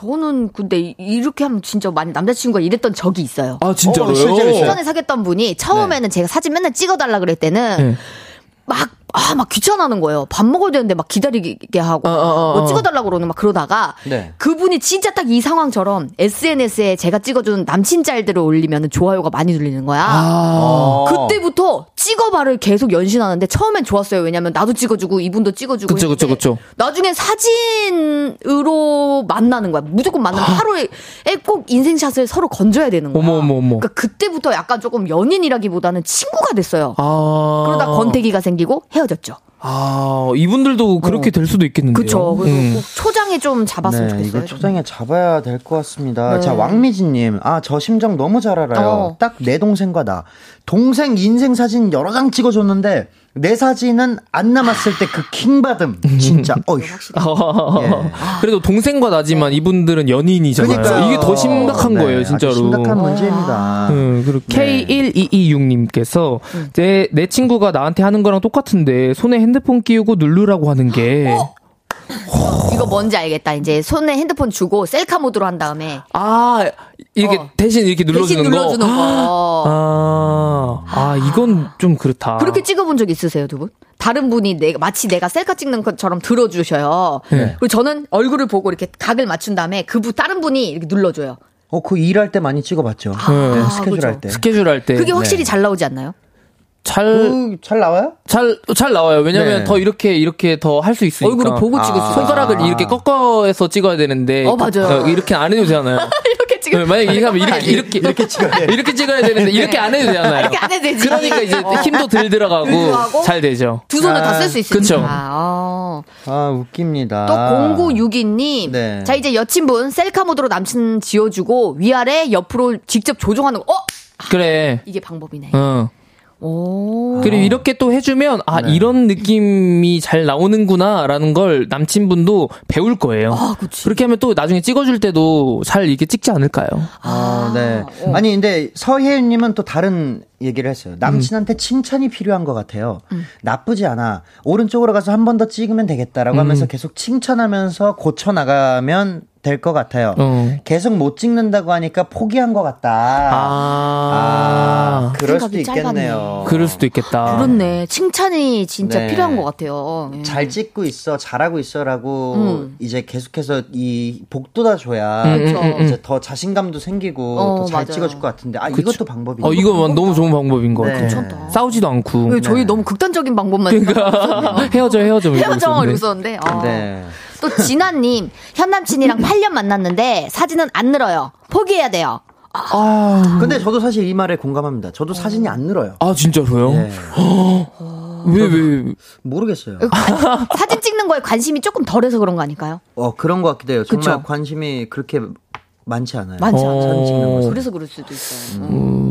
[SPEAKER 1] 저는 근데 이- 이렇게 하면 진짜 많이 남자친구가 이랬던 적이 있어요.
[SPEAKER 4] 아 진짜로요?
[SPEAKER 2] 어, 실제로 있어요?
[SPEAKER 1] 전에 사귀었던 분이 처음에는 제가 사진 맨날 찍어달라 그럴 때는
[SPEAKER 4] 네.
[SPEAKER 1] 막, 아, 막 귀찮아하는 거예요. 밥 먹어야 되는데 막 기다리게 하고,
[SPEAKER 4] 어, 어, 어,
[SPEAKER 1] 뭐
[SPEAKER 4] 어.
[SPEAKER 1] 찍어달라고 그러는 막 그러다가,
[SPEAKER 2] 네.
[SPEAKER 1] 그분이 진짜 딱 이 상황처럼 SNS에 제가 찍어준 남친 짤들을 올리면 좋아요가 많이 눌리는 거야.
[SPEAKER 4] 아,
[SPEAKER 2] 어.
[SPEAKER 1] 그때부터 찍어봐를 계속 연신하는데 처음엔 좋았어요. 왜냐면 나도 찍어주고 이분도 찍어주고.
[SPEAKER 4] 그쵸, 그쵸,
[SPEAKER 1] 했는데
[SPEAKER 4] 그쵸.
[SPEAKER 1] 나중엔 사진으로 만나는 거야. 무조건 만나면 하루에 꼭 인생샷을 서로 건져야 되는 거야.
[SPEAKER 4] 아. 어머, 어머, 어머.
[SPEAKER 1] 그러니까 그때부터 약간 조금 연인이라기보다는 친구가 됐어요.
[SPEAKER 4] 아.
[SPEAKER 1] 그러다 권태기가 생기고 헤어졌죠.
[SPEAKER 4] 아, 이분들도 그렇게 될 수도 있겠는데요.
[SPEAKER 1] 어. 그쵸. 그리고
[SPEAKER 4] 음.
[SPEAKER 1] 꼭 초장에 좀 잡았으면
[SPEAKER 2] 네,
[SPEAKER 1] 좋겠어요.
[SPEAKER 2] 이거 초장에 잡아야 될 것 같습니다.
[SPEAKER 1] 아, 네.
[SPEAKER 2] 자, 왕미진님, 아, 저 심정 너무 잘 알아요.
[SPEAKER 1] 어.
[SPEAKER 2] 딱 내 동생과 나. 동생 인생 사진 여러 장 찍어줬는데, 내 사진은 안 남았을 때 그 킹받음. 진짜, 어휴. 예.
[SPEAKER 4] 그래도 동생과 나지만 이분들은 연인이잖아요.
[SPEAKER 2] 그러니까요.
[SPEAKER 4] 이게 더 심각한
[SPEAKER 2] 네,
[SPEAKER 4] 거예요,
[SPEAKER 2] 아주
[SPEAKER 4] 진짜로.
[SPEAKER 2] 심각한 문제입니다.
[SPEAKER 4] 음, 그리고
[SPEAKER 2] 네.
[SPEAKER 4] K1226님께서 내, 내 친구가 나한테 하는 거랑 똑같은데 손에 핸드폰 끼우고 누르라고 하는 게
[SPEAKER 1] 이거
[SPEAKER 4] 어.
[SPEAKER 1] 뭔지 알겠다. 이제 손에 핸드폰 주고 셀카 모드로 한 다음에
[SPEAKER 4] 아, 이렇게
[SPEAKER 1] 어.
[SPEAKER 4] 대신 이렇게 눌러주는
[SPEAKER 1] 대신 눌러주는
[SPEAKER 4] 거.
[SPEAKER 1] 거.
[SPEAKER 4] 아, 아, 이건 좀 그렇다.
[SPEAKER 1] 그렇게 찍어본 적 있으세요, 두 분? 다른 분이 내가 마치 내가 셀카 찍는 것처럼 들어주셔요.
[SPEAKER 4] 네.
[SPEAKER 1] 그리고 저는 얼굴을 보고 이렇게 각을 맞춘 다음에 그분 다른 분이 이렇게 눌러줘요.
[SPEAKER 2] 어, 그 일할 때 많이 찍어봤죠.
[SPEAKER 1] 아,
[SPEAKER 2] 네, 스케줄 할 때.
[SPEAKER 4] 스케줄 할 때.
[SPEAKER 1] 그게 확실히 잘 나오지 않나요?
[SPEAKER 4] 잘,
[SPEAKER 2] 그, 잘 나와요?
[SPEAKER 4] 잘, 잘 나와요. 왜냐면
[SPEAKER 2] 네.
[SPEAKER 4] 더 이렇게, 이렇게 더 할 수 있으니까.
[SPEAKER 1] 얼굴을 보고 찍을
[SPEAKER 4] 아.
[SPEAKER 1] 수
[SPEAKER 4] 손가락을 이렇게 꺾어서 찍어야 되는데.
[SPEAKER 1] 어, 맞아요.
[SPEAKER 4] 이렇게 안 해도 되잖아요.
[SPEAKER 1] 이렇게
[SPEAKER 4] 네,
[SPEAKER 1] 찍을
[SPEAKER 4] 만약에 이거 하면 이렇게, 이렇게,
[SPEAKER 2] 이렇게 찍어야 돼요.
[SPEAKER 4] 이렇게 찍어야 되는데, 이렇게 안 해도 되잖아요.
[SPEAKER 1] 이렇게 안 해도 되지.
[SPEAKER 4] 그러니까 이제
[SPEAKER 1] 어.
[SPEAKER 4] 힘도 덜
[SPEAKER 1] 들어가고.
[SPEAKER 4] 들어가고, 잘 되죠.
[SPEAKER 1] 두 손을 다 쓸 수 있으니까.
[SPEAKER 4] 그쵸.
[SPEAKER 1] 어.
[SPEAKER 2] 아, 웃깁니다.
[SPEAKER 1] 또 0962님.
[SPEAKER 2] 네.
[SPEAKER 1] 자, 이제 여친분 셀카 모드로 남친 지어주고 위아래 옆으로 직접 조종하는 거. 어?
[SPEAKER 4] 그래.
[SPEAKER 1] 이게 방법이네.
[SPEAKER 4] 응.
[SPEAKER 1] 오.
[SPEAKER 4] 그리고 이렇게 또 해주면, 아,
[SPEAKER 1] 네.
[SPEAKER 4] 이런 느낌이 잘 나오는구나, 라는 걸 남친분도 배울 거예요.
[SPEAKER 1] 아, 그치.
[SPEAKER 4] 그렇게 하면 또 나중에 찍어줄 때도 잘 이렇게 찍지 않을까요?
[SPEAKER 2] 아, 네. 아니, 근데 서혜윤님은 또 다른 얘기를
[SPEAKER 1] 음.
[SPEAKER 2] 했어요. 남친한테 칭찬이 필요한 것 같아요. 나쁘지 않아. 오른쪽으로 가서 한 번 더 찍으면 되겠다라고
[SPEAKER 1] 음.
[SPEAKER 2] 하면서 계속 칭찬하면서 고쳐나가면 될 것 같아요.
[SPEAKER 4] 어.
[SPEAKER 2] 계속 못 찍는다고 하니까 포기한 것 같다.
[SPEAKER 4] 아.
[SPEAKER 2] 그럴 수도
[SPEAKER 1] 아. 생각이
[SPEAKER 2] 있겠네요.
[SPEAKER 1] 짧았네.
[SPEAKER 4] 그럴 수도 있겠다.
[SPEAKER 1] 그렇네. 칭찬이 진짜
[SPEAKER 2] 네.
[SPEAKER 1] 필요한 것 같아요. 예.
[SPEAKER 2] 잘 찍고 있어, 잘하고 있어라고 이제 계속해서 이 복돋아줘야
[SPEAKER 1] 음, 음, 음.
[SPEAKER 2] 이제 더 자신감도 생기고
[SPEAKER 1] 어,
[SPEAKER 2] 더 잘
[SPEAKER 1] 맞아요.
[SPEAKER 2] 찍어줄 것 같은데 아 이것도 방법이
[SPEAKER 4] 어, 이거 너무 좋은 좋은 방법인 것
[SPEAKER 2] 네.
[SPEAKER 4] 같아요.
[SPEAKER 2] 괜찮다.
[SPEAKER 4] 싸우지도 않고.
[SPEAKER 1] 왜그 저희 너무 극단적인 방법만
[SPEAKER 4] 그러니까 헤어져 헤어져 이러고
[SPEAKER 1] 헤어져
[SPEAKER 4] 있었는데.
[SPEAKER 1] 이러고 있었는데 아.
[SPEAKER 2] 네.
[SPEAKER 1] 또 진아님 현 남친이랑 8년 만났는데 사진은 안 늘어요 포기해야 돼요
[SPEAKER 2] 근데 저도 사실 이 말에 공감합니다. 저도 사진이 안 늘어요.
[SPEAKER 4] 아 진짜로요?
[SPEAKER 2] 예.
[SPEAKER 4] 왜 왜?
[SPEAKER 2] 모르겠어요.
[SPEAKER 1] 사진 찍는 거에 관심이 조금 덜해서 그런 거 아닐까요?
[SPEAKER 2] 어 그런 것 같기도 해요. 정말
[SPEAKER 1] 그쵸?
[SPEAKER 2] 관심이 그렇게 많지 않아요.
[SPEAKER 1] 많지 않아요.
[SPEAKER 2] 사진 찍는 거.
[SPEAKER 1] 그래서 그럴 수도 있어요. 음.
[SPEAKER 4] 어.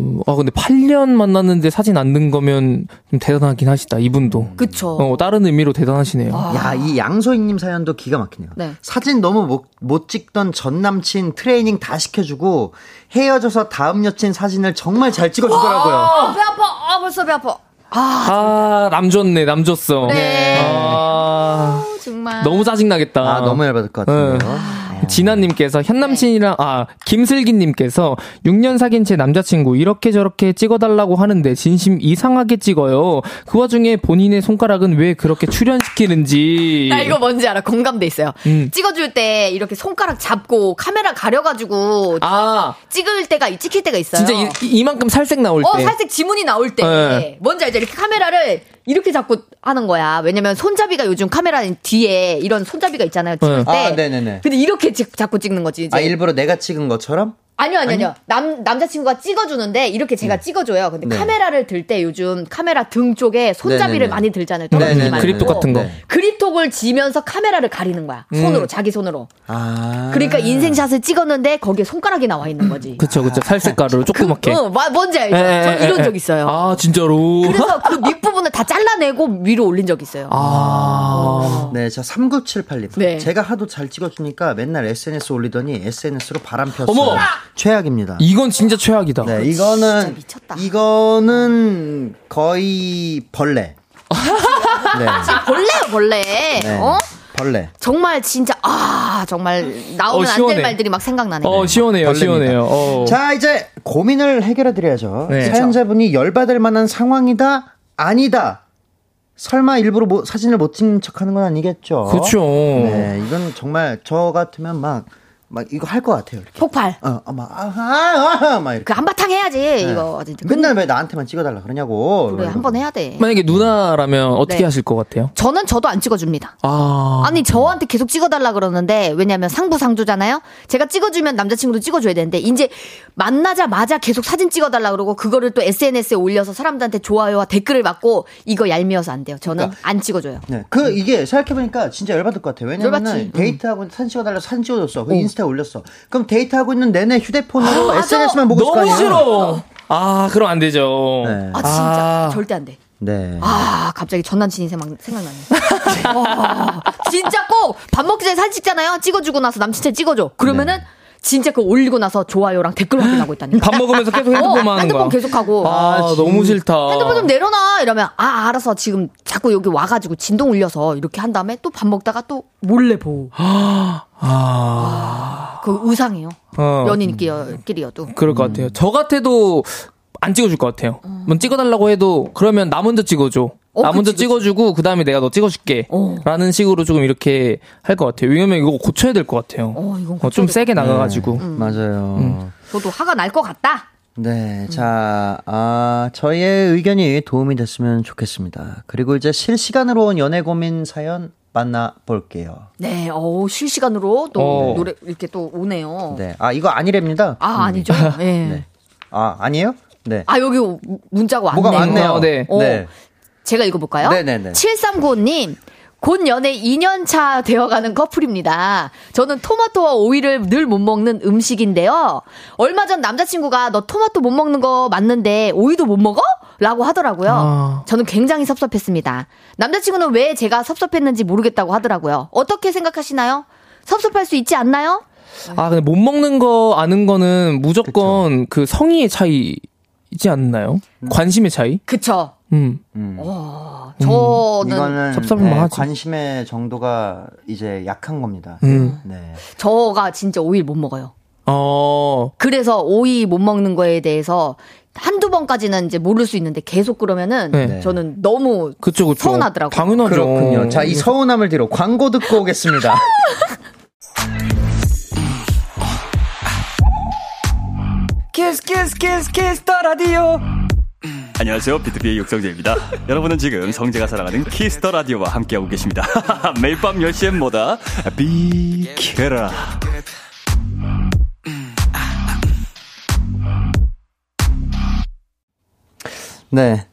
[SPEAKER 4] 음, 아 근데 8년 만났는데 사진 안 든 거면 좀 대단하긴 하시다 이분도.
[SPEAKER 1] 그쵸.
[SPEAKER 4] 어, 다른 의미로 대단하시네요.
[SPEAKER 2] 야, 이 양소희님 사연도 기가 막히네요.
[SPEAKER 1] 네.
[SPEAKER 2] 사진 너무 못, 못 찍던 전 남친 트레이닝 다 시켜주고 헤어져서 다음 여친 사진을 정말 잘 찍어주더라고요.
[SPEAKER 1] 아, 배 아파. 아, 벌써 배 아파.
[SPEAKER 4] 아, 남줬네, 남줬어.
[SPEAKER 1] 네.
[SPEAKER 4] 아,
[SPEAKER 1] 어, 정말.
[SPEAKER 4] 너무 짜증나겠다.
[SPEAKER 2] 아, 너무 열받을 것 같은데요.
[SPEAKER 4] 네.
[SPEAKER 2] 아.
[SPEAKER 4] 진아님께서 현남친이랑
[SPEAKER 1] 네.
[SPEAKER 4] 아 김슬기님께서 6년 사귄 제 남자친구 이렇게 저렇게 찍어달라고 하는데 진심 이상하게 찍어요. 그 와중에 본인의 손가락은 왜 그렇게 출연시키는지.
[SPEAKER 1] 나 이거 뭔지 알아. 공감돼 있어요.
[SPEAKER 4] 음.
[SPEAKER 1] 찍어줄 때 이렇게 손가락 잡고 카메라 가려가지고
[SPEAKER 4] 아
[SPEAKER 1] 찍을 때가, 있- 찍힐 때가 있어요.
[SPEAKER 4] 진짜 이, 만큼 살색 나올
[SPEAKER 1] 어,
[SPEAKER 4] 때.
[SPEAKER 1] 살짝 지문이 나올 때.
[SPEAKER 4] 네.
[SPEAKER 1] 뭔지 알죠? 이렇게 카메라를 이렇게 잡고 하는 거야. 왜냐면 손잡이가 요즘 카메라 뒤에 이런 손잡이가 있잖아요. 찍을
[SPEAKER 4] 네.
[SPEAKER 1] 때.
[SPEAKER 2] 아, 네네네.
[SPEAKER 1] 근데 이렇게 찍- 잡고 찍는 거지. 이제.
[SPEAKER 2] 아, 일부러 내가 찍은 것처럼?
[SPEAKER 1] 아니요, 아니요, 아니요. 남, 남자친구가 찍어주는데, 이렇게 제가 찍어줘요. 근데
[SPEAKER 2] 네.
[SPEAKER 1] 카메라를 들 때 요즘 카메라 등 쪽에 손잡이를
[SPEAKER 2] 네네네.
[SPEAKER 1] 많이 들잖아요.
[SPEAKER 2] 네네네.
[SPEAKER 1] 떨어지지
[SPEAKER 4] 그립톡 같은 거. 음.
[SPEAKER 2] 네.
[SPEAKER 1] 그립톡을 지면서 카메라를 가리는 거야. 손으로, 자기 손으로.
[SPEAKER 2] 아.
[SPEAKER 1] 그러니까 인생샷을 찍었는데, 거기에 손가락이 나와 있는 거지.
[SPEAKER 4] 그쵸 그쵸 살색 가루로 조그맣게.
[SPEAKER 1] 네. 어, 마- 뭔지 알죠?
[SPEAKER 4] 예,
[SPEAKER 1] 전
[SPEAKER 4] 예,
[SPEAKER 1] 이런
[SPEAKER 4] 예,
[SPEAKER 1] 적
[SPEAKER 4] 예.
[SPEAKER 1] 있어요.
[SPEAKER 4] 아 진짜로.
[SPEAKER 1] 그래서 그 윗부분을 다 잘라내고 위로 올린 적 있어요.
[SPEAKER 4] 아.
[SPEAKER 2] 네, 자, 3978님.
[SPEAKER 1] 네.
[SPEAKER 2] 제가 하도 잘 찍어주니까 맨날 SNS 올리더니 SNS로 바람 폈어요.
[SPEAKER 4] 어머!
[SPEAKER 2] 최악입니다.
[SPEAKER 4] 이건 진짜 최악이다.
[SPEAKER 2] 네, 이거는
[SPEAKER 1] 미쳤다.
[SPEAKER 2] 이거는 거의 벌레. 네,
[SPEAKER 1] 벌레요, 벌레.
[SPEAKER 2] 네.
[SPEAKER 1] 어?
[SPEAKER 2] 벌레.
[SPEAKER 1] 정말 진짜, 아, 정말 나오면
[SPEAKER 4] 어,
[SPEAKER 1] 안 될
[SPEAKER 4] 시원해.
[SPEAKER 1] 말들이 막 생각나네.
[SPEAKER 4] 어 시원해요
[SPEAKER 2] 벌레입니다.
[SPEAKER 4] 시원해요. 어.
[SPEAKER 2] 자, 이제 고민을 해결해 드려야죠.
[SPEAKER 4] 네.
[SPEAKER 2] 사연자분이 열받을 만한 상황이다, 아니다. 설마 일부러 뭐- 사진을 못 찍는 척하는 건 아니겠죠?
[SPEAKER 4] 그렇죠.
[SPEAKER 2] 네, 이건 정말 저 같으면 막 막 이거 할 것 같아요. 이렇게.
[SPEAKER 1] 폭발.
[SPEAKER 2] 어, 어, 막, 아, 아, 아, 막 이렇게.
[SPEAKER 1] 그 한바탕 해야지, 이거. 진짜.
[SPEAKER 2] 맨날 왜 나한테만 찍어달라 그러냐고.
[SPEAKER 1] 그래 한 번 해야 돼.
[SPEAKER 4] 만약에 누나라면 어떻게
[SPEAKER 1] 네.
[SPEAKER 4] 하실 것 같아요?
[SPEAKER 1] 저는 저도 안 찍어줍니다.
[SPEAKER 4] 아.
[SPEAKER 1] 아니 저한테 계속 찍어달라 그러는데 왜냐면 상부상조잖아요. 제가 찍어주면 남자친구도 찍어줘야 되는데 이제 만나자마자 계속 사진 찍어달라 그러고 그거를 또 SNS에 올려서 사람들한테 좋아요와 댓글을 받고 이거 얄미워서 안 돼요. 저는 안 찍어줘요.
[SPEAKER 2] 네, 그 이게 생각해보니까 진짜 열받을 것 같아요. 왜냐면은
[SPEAKER 1] 열받지.
[SPEAKER 2] 데이트하고 사진 찍어달라 사진 찍어줬어. 그 인스타에 올렸어. 그럼 데이트하고 있는 내내
[SPEAKER 1] 아,
[SPEAKER 2] 휴대폰으로 SNS만 보고 있을 거
[SPEAKER 4] 너무
[SPEAKER 2] 아니에요.
[SPEAKER 4] 싫어. 아, 그럼 안 되죠.
[SPEAKER 2] 네.
[SPEAKER 1] 아 진짜
[SPEAKER 4] 아.
[SPEAKER 1] 절대 안 돼.
[SPEAKER 2] 네.
[SPEAKER 1] 아 갑자기 전 남친이 생각 생각나네. 와, 진짜 꼭 밥 먹기 전에 사진 찍잖아요. 찍어주고 나서 남친한테 찍어줘. 그러면은 진짜 그거 올리고 나서 좋아요랑 댓글 확인하고 있다니까.
[SPEAKER 4] 밥 먹으면서 계속 핸드폰만
[SPEAKER 1] 어,
[SPEAKER 4] 하는 거야.
[SPEAKER 1] 핸드폰 계속하고.
[SPEAKER 4] 아,
[SPEAKER 2] 아,
[SPEAKER 4] 너무 싫다.
[SPEAKER 1] 핸드폰 좀 내려놔 이러면 아 알아서 지금 자꾸 여기 와가지고 진동 울려서 이렇게 한 다음에 또 밥 먹다가 또 몰래 보고
[SPEAKER 4] 아.
[SPEAKER 1] 그 의상이요
[SPEAKER 4] 어.
[SPEAKER 1] 연인끼리여도
[SPEAKER 4] 그럴 것 같아요. 저 같아도 안 찍어줄 것 같아요. 뭐 찍어달라고 해도 그러면 나 먼저 찍어줘.
[SPEAKER 1] 음. 어,
[SPEAKER 4] 나
[SPEAKER 1] 그치,
[SPEAKER 4] 먼저
[SPEAKER 1] 그치.
[SPEAKER 4] 찍어주고 그 다음에 내가 너 찍어줄게. 라는 식으로 조금 이렇게 할 것 같아요. 왜냐면 이거 고쳐야 될 것 같아요.
[SPEAKER 1] 어, 이건
[SPEAKER 4] 좀
[SPEAKER 1] 고쳐야 음.
[SPEAKER 4] 세게 나가가지고.
[SPEAKER 2] 맞아요.
[SPEAKER 1] 저도 화가 날 것 같다
[SPEAKER 2] 네, 자, 아, 저희의 의견이 도움이 됐으면 좋겠습니다. 그리고 이제 실시간으로 온 연애 고민 사연 만나볼게요.
[SPEAKER 1] 네 어우 실시간으로 또
[SPEAKER 4] 어.
[SPEAKER 1] 노래 이렇게 또 오네요
[SPEAKER 2] 네, 아, 이거 아니랍니다. 음.
[SPEAKER 4] 음.
[SPEAKER 1] 아 아니죠 예.
[SPEAKER 4] 네.
[SPEAKER 2] 아, 아니에요? 네.
[SPEAKER 1] 아 여기 오- 문자가
[SPEAKER 2] 뭐가
[SPEAKER 1] 왔네요
[SPEAKER 2] 많네요.
[SPEAKER 4] 어, 네.
[SPEAKER 1] 어,
[SPEAKER 2] 네.
[SPEAKER 1] 제가 읽어볼까요?
[SPEAKER 2] 네네네.
[SPEAKER 1] 7395님. 곧 연애 2년차 되어가는 커플입니다. 저는 토마토와 오이를 늘 못 먹는 음식인데요. 얼마 전 남자친구가 너 토마토 못 먹는 거 맞는데 오이도 못 먹어? 라고 하더라고요.
[SPEAKER 4] 아.
[SPEAKER 1] 저는 굉장히 섭섭했습니다. 남자친구는 왜 제가 섭섭했는지 모르겠다고 하더라고요. 어떻게 생각하시나요? 섭섭할 수 있지 않나요? 음.
[SPEAKER 4] 아, 근데 못 먹는 거 아는 거는 무조건 그 성의의 차이이지 않나요? 관심의 차이?
[SPEAKER 1] 그쵸.
[SPEAKER 4] 음.
[SPEAKER 1] 어, 저는,
[SPEAKER 2] 이거는
[SPEAKER 4] 섭섭할
[SPEAKER 2] 네,
[SPEAKER 4] 만하지.
[SPEAKER 2] 관심의 정도가 이제 약한 겁니다.
[SPEAKER 4] 음.
[SPEAKER 2] 네.
[SPEAKER 1] 저가 진짜 오이를 못 먹어요.
[SPEAKER 4] 어,
[SPEAKER 1] 그래서 오이 못 먹는 거에 대해서 한두 번까지는 이제 모를 수 있는데 계속 그러면은
[SPEAKER 4] 네.
[SPEAKER 1] 저는 너무
[SPEAKER 4] 그쵸, 그쵸.
[SPEAKER 1] 서운하더라고요.
[SPEAKER 4] 당연하죠.
[SPEAKER 2] 그렇군요. 자, 이 서운함을 뒤로 광고 듣고 오겠습니다.
[SPEAKER 3] 키스 키스 키스 키스 더 라디오 음.
[SPEAKER 5] 안녕하세요. 비투비의 육성재입니다. 여러분은 지금 성재가 사랑하는 키스터 라디오와 함께하고 계십니다. 매일 밤 10시엔 뭐다? 비케라.
[SPEAKER 2] 네.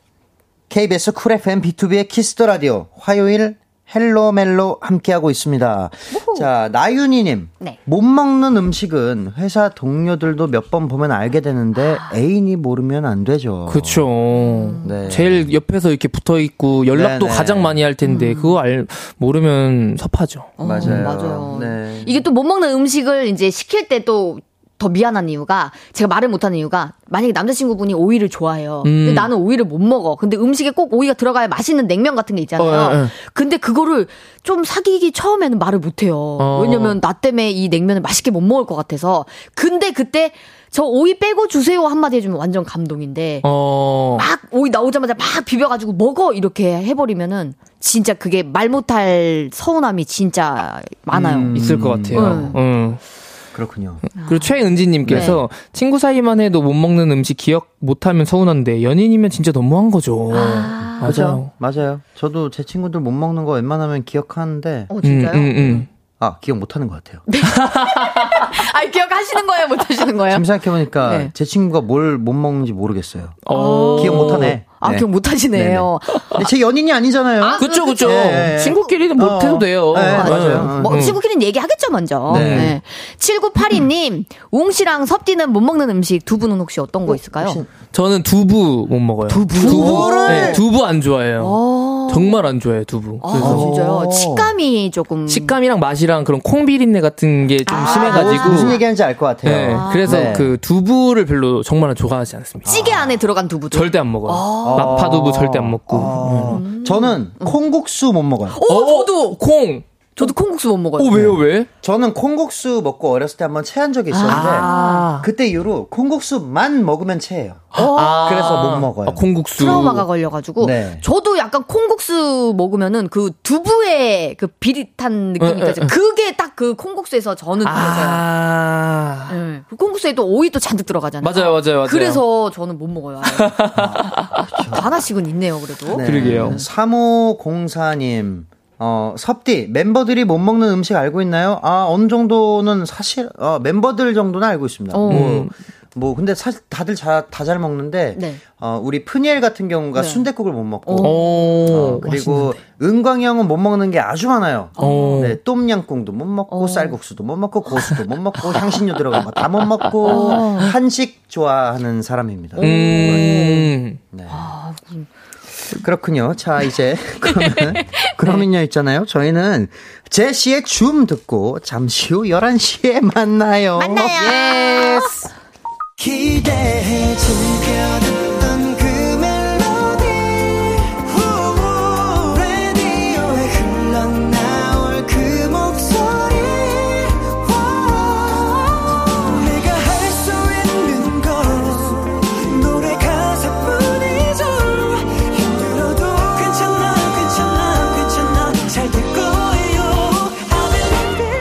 [SPEAKER 2] KBS 쿨 FM B2B의 키스터 라디오 화요일 헬로 멜로 함께하고 있습니다. 자, 나윤이님.
[SPEAKER 1] 네.
[SPEAKER 2] 못 먹는 음식은 회사 동료들도 몇 번 보면 알게 되는데 애인이 모르면 안 되죠.
[SPEAKER 4] 그쵸.
[SPEAKER 2] 네.
[SPEAKER 4] 제일 옆에서 이렇게 붙어 있고 연락도
[SPEAKER 2] 네네.
[SPEAKER 4] 가장 많이 할 텐데
[SPEAKER 1] 음.
[SPEAKER 4] 그거 알 모르면 섭하죠.
[SPEAKER 1] 어,
[SPEAKER 2] 맞아요.
[SPEAKER 1] 맞아요.
[SPEAKER 2] 네.
[SPEAKER 1] 이게 또 못 먹는 음식을 이제 시킬 때 또 더 미안한 이유가 제가 말을 못하는 이유가 만약에 남자친구분이 오이를 좋아해요.
[SPEAKER 4] 음.
[SPEAKER 1] 근데 나는 오이를 못 먹어. 근데 음식에 꼭 오이가 들어가야 맛있는 냉면 같은 게 있잖아요.
[SPEAKER 4] 어, 예, 예.
[SPEAKER 1] 근데 그거를 좀 사귀기 처음에는 말을 못해요.
[SPEAKER 4] 어.
[SPEAKER 1] 왜냐면 나 때문에 이 냉면을 맛있게 못 먹을 것 같아서. 근데 그때 저 오이 빼고 주세요 한마디 해주면 완전 감동인데
[SPEAKER 4] 어.
[SPEAKER 1] 막 오이 나오자마자 막 비벼가지고 먹어 이렇게 해버리면은 진짜 그게 말 못할 서운함이 진짜 많아요.
[SPEAKER 4] 있을 것 같아요.
[SPEAKER 1] 음. 아.
[SPEAKER 4] 음.
[SPEAKER 2] 그렇군요.
[SPEAKER 4] 그리고 최은지님께서
[SPEAKER 1] 네.
[SPEAKER 4] 친구 사이만 해도 못 먹는 음식 기억 못하면 서운한데 연인이면 진짜 너무한 거죠. 맞아요.
[SPEAKER 2] 그죠? 맞아요. 저도 제 친구들 못 먹는 거 웬만하면 기억하는데
[SPEAKER 1] 어
[SPEAKER 4] 음,
[SPEAKER 1] 진짜요?
[SPEAKER 4] 음, 음.
[SPEAKER 2] 아, 기억 못 하는 것 같아요.
[SPEAKER 1] 아 기억하시는 거예요, 못하시는 거예요?
[SPEAKER 2] 지금 생각해보니까
[SPEAKER 1] 네.
[SPEAKER 2] 제 친구가 뭘 못 먹는지 모르겠어요.
[SPEAKER 4] 어.
[SPEAKER 2] 기억 못 하네.
[SPEAKER 1] 아 기억 못하시네요.
[SPEAKER 2] 근데 제 연인이 아니잖아요.
[SPEAKER 4] 그쵸, 그쵸.
[SPEAKER 2] 예, 예.
[SPEAKER 4] 친구끼리는 못해도
[SPEAKER 2] 어.
[SPEAKER 4] 돼요.
[SPEAKER 2] 예,
[SPEAKER 4] 네.
[SPEAKER 2] 맞아요.
[SPEAKER 1] 뭐
[SPEAKER 4] 음.
[SPEAKER 1] 친구끼리는 얘기하겠죠 먼저.
[SPEAKER 2] 네.
[SPEAKER 1] 네. 7982님, 웅씨랑 섭디는 못 먹는 음식 두 분은 혹시 어떤 거 있을까요?
[SPEAKER 2] 혹시-
[SPEAKER 4] 저는 두부 못 먹어요. 두부?
[SPEAKER 2] 두부를?
[SPEAKER 4] 네, 두부 안 좋아해요.
[SPEAKER 1] 어.
[SPEAKER 4] 정말 안 좋아해요, 두부.
[SPEAKER 1] 아
[SPEAKER 4] 그래서
[SPEAKER 1] 진짜요? 식감이 조금
[SPEAKER 4] 음. 식감이랑 맛이랑 그런 콩비린내 같은 게 좀
[SPEAKER 1] 아.
[SPEAKER 4] 심해가지고.
[SPEAKER 2] 아, 무슨 얘기하는지 알 것 같아요.
[SPEAKER 4] 네, 그래서
[SPEAKER 2] 네.
[SPEAKER 4] 그 두부를 별로 정말 좋아하지 않습니다.
[SPEAKER 1] 찌개 아. 안에 들어간 두부죠.
[SPEAKER 4] 절대 안 먹어요. 막파 두부 절대 안 먹고. 음.
[SPEAKER 2] 어, 저는 콩국수 못 먹어요.
[SPEAKER 1] 오 저도
[SPEAKER 4] 콩.
[SPEAKER 1] 저도 콩국수 못 먹어요.
[SPEAKER 4] 어
[SPEAKER 2] 네.
[SPEAKER 4] 왜요 왜?
[SPEAKER 2] 저는 콩국수 먹고 어렸을 때 한번 체한 적이 있었는데 그때 이후로 콩국수만 먹으면 체해요. 그래서 못 먹어요.
[SPEAKER 4] 아, 콩국수.
[SPEAKER 1] 트라우마가 걸려가지고
[SPEAKER 2] 네.
[SPEAKER 1] 저도 약간 콩국수 먹으면은 그 두부의 그 비릿한 느낌이
[SPEAKER 4] 응,
[SPEAKER 1] 있죠. 그게 딱 그 콩국수에서 저는 느껴져요.
[SPEAKER 4] 아.
[SPEAKER 1] 예. 그 콩국수에 또 오이 도 잔뜩 들어가잖아요.
[SPEAKER 4] 맞아요, 맞아요, 맞아요.
[SPEAKER 1] 그래서 저는 못 먹어요. 아예. 하나씩은 있네요, 그래도.
[SPEAKER 2] 네.
[SPEAKER 4] 그러게요.
[SPEAKER 2] 3504님. 어, 섭디, 멤버들이 못 먹는 음식 알고 있나요? 아, 어느 정도는 사실, 어, 멤버들 정도는 알고 있습니다.
[SPEAKER 1] 어.
[SPEAKER 2] 뭐, 뭐, 근데 사실 다들 다 잘 먹는데,
[SPEAKER 1] 네.
[SPEAKER 2] 어, 우리 푸니엘 같은 경우가
[SPEAKER 1] 네.
[SPEAKER 2] 순댓국을못 먹고,
[SPEAKER 4] 오.
[SPEAKER 2] 어, 그리고 은광이 형은 못 먹는 게 아주 많아요.
[SPEAKER 4] 어.
[SPEAKER 2] 네, 똠양꿍도 못 먹고 쌀국수도 못 먹고 고수도 못 먹고 향신료 들어간 거 다 못 먹고 한식 좋아하는 사람입니다.
[SPEAKER 4] 음.
[SPEAKER 2] 그렇군요. 자 이제 그러면 그러면요 있잖아요. 저희는 제시의 춤 듣고 잠시 후 11시에 만나요.
[SPEAKER 1] 만나요.
[SPEAKER 3] 기대해 주려 듣던 그 멜로디 후, 라디오에 흘러나올 그 목소리 와, 내가 할 수 있는 건 노래 가사뿐이죠 힘들어도 괜찮아 괜찮아 괜찮아 잘 될 거예요 I believe in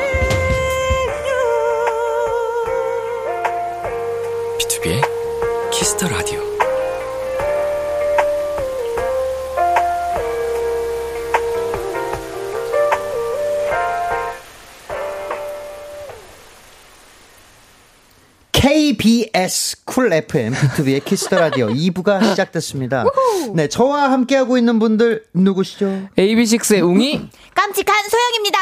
[SPEAKER 3] you
[SPEAKER 6] B2B의 키스터 라디오.
[SPEAKER 2] KBS 쿨 FM B2B의 키스터 라디오 2부가 시작됐습니다. 네, 저와 함께하고 있는 분들 누구시죠?
[SPEAKER 4] AB6IX의 웅이
[SPEAKER 1] 깜찍한 소영입니다.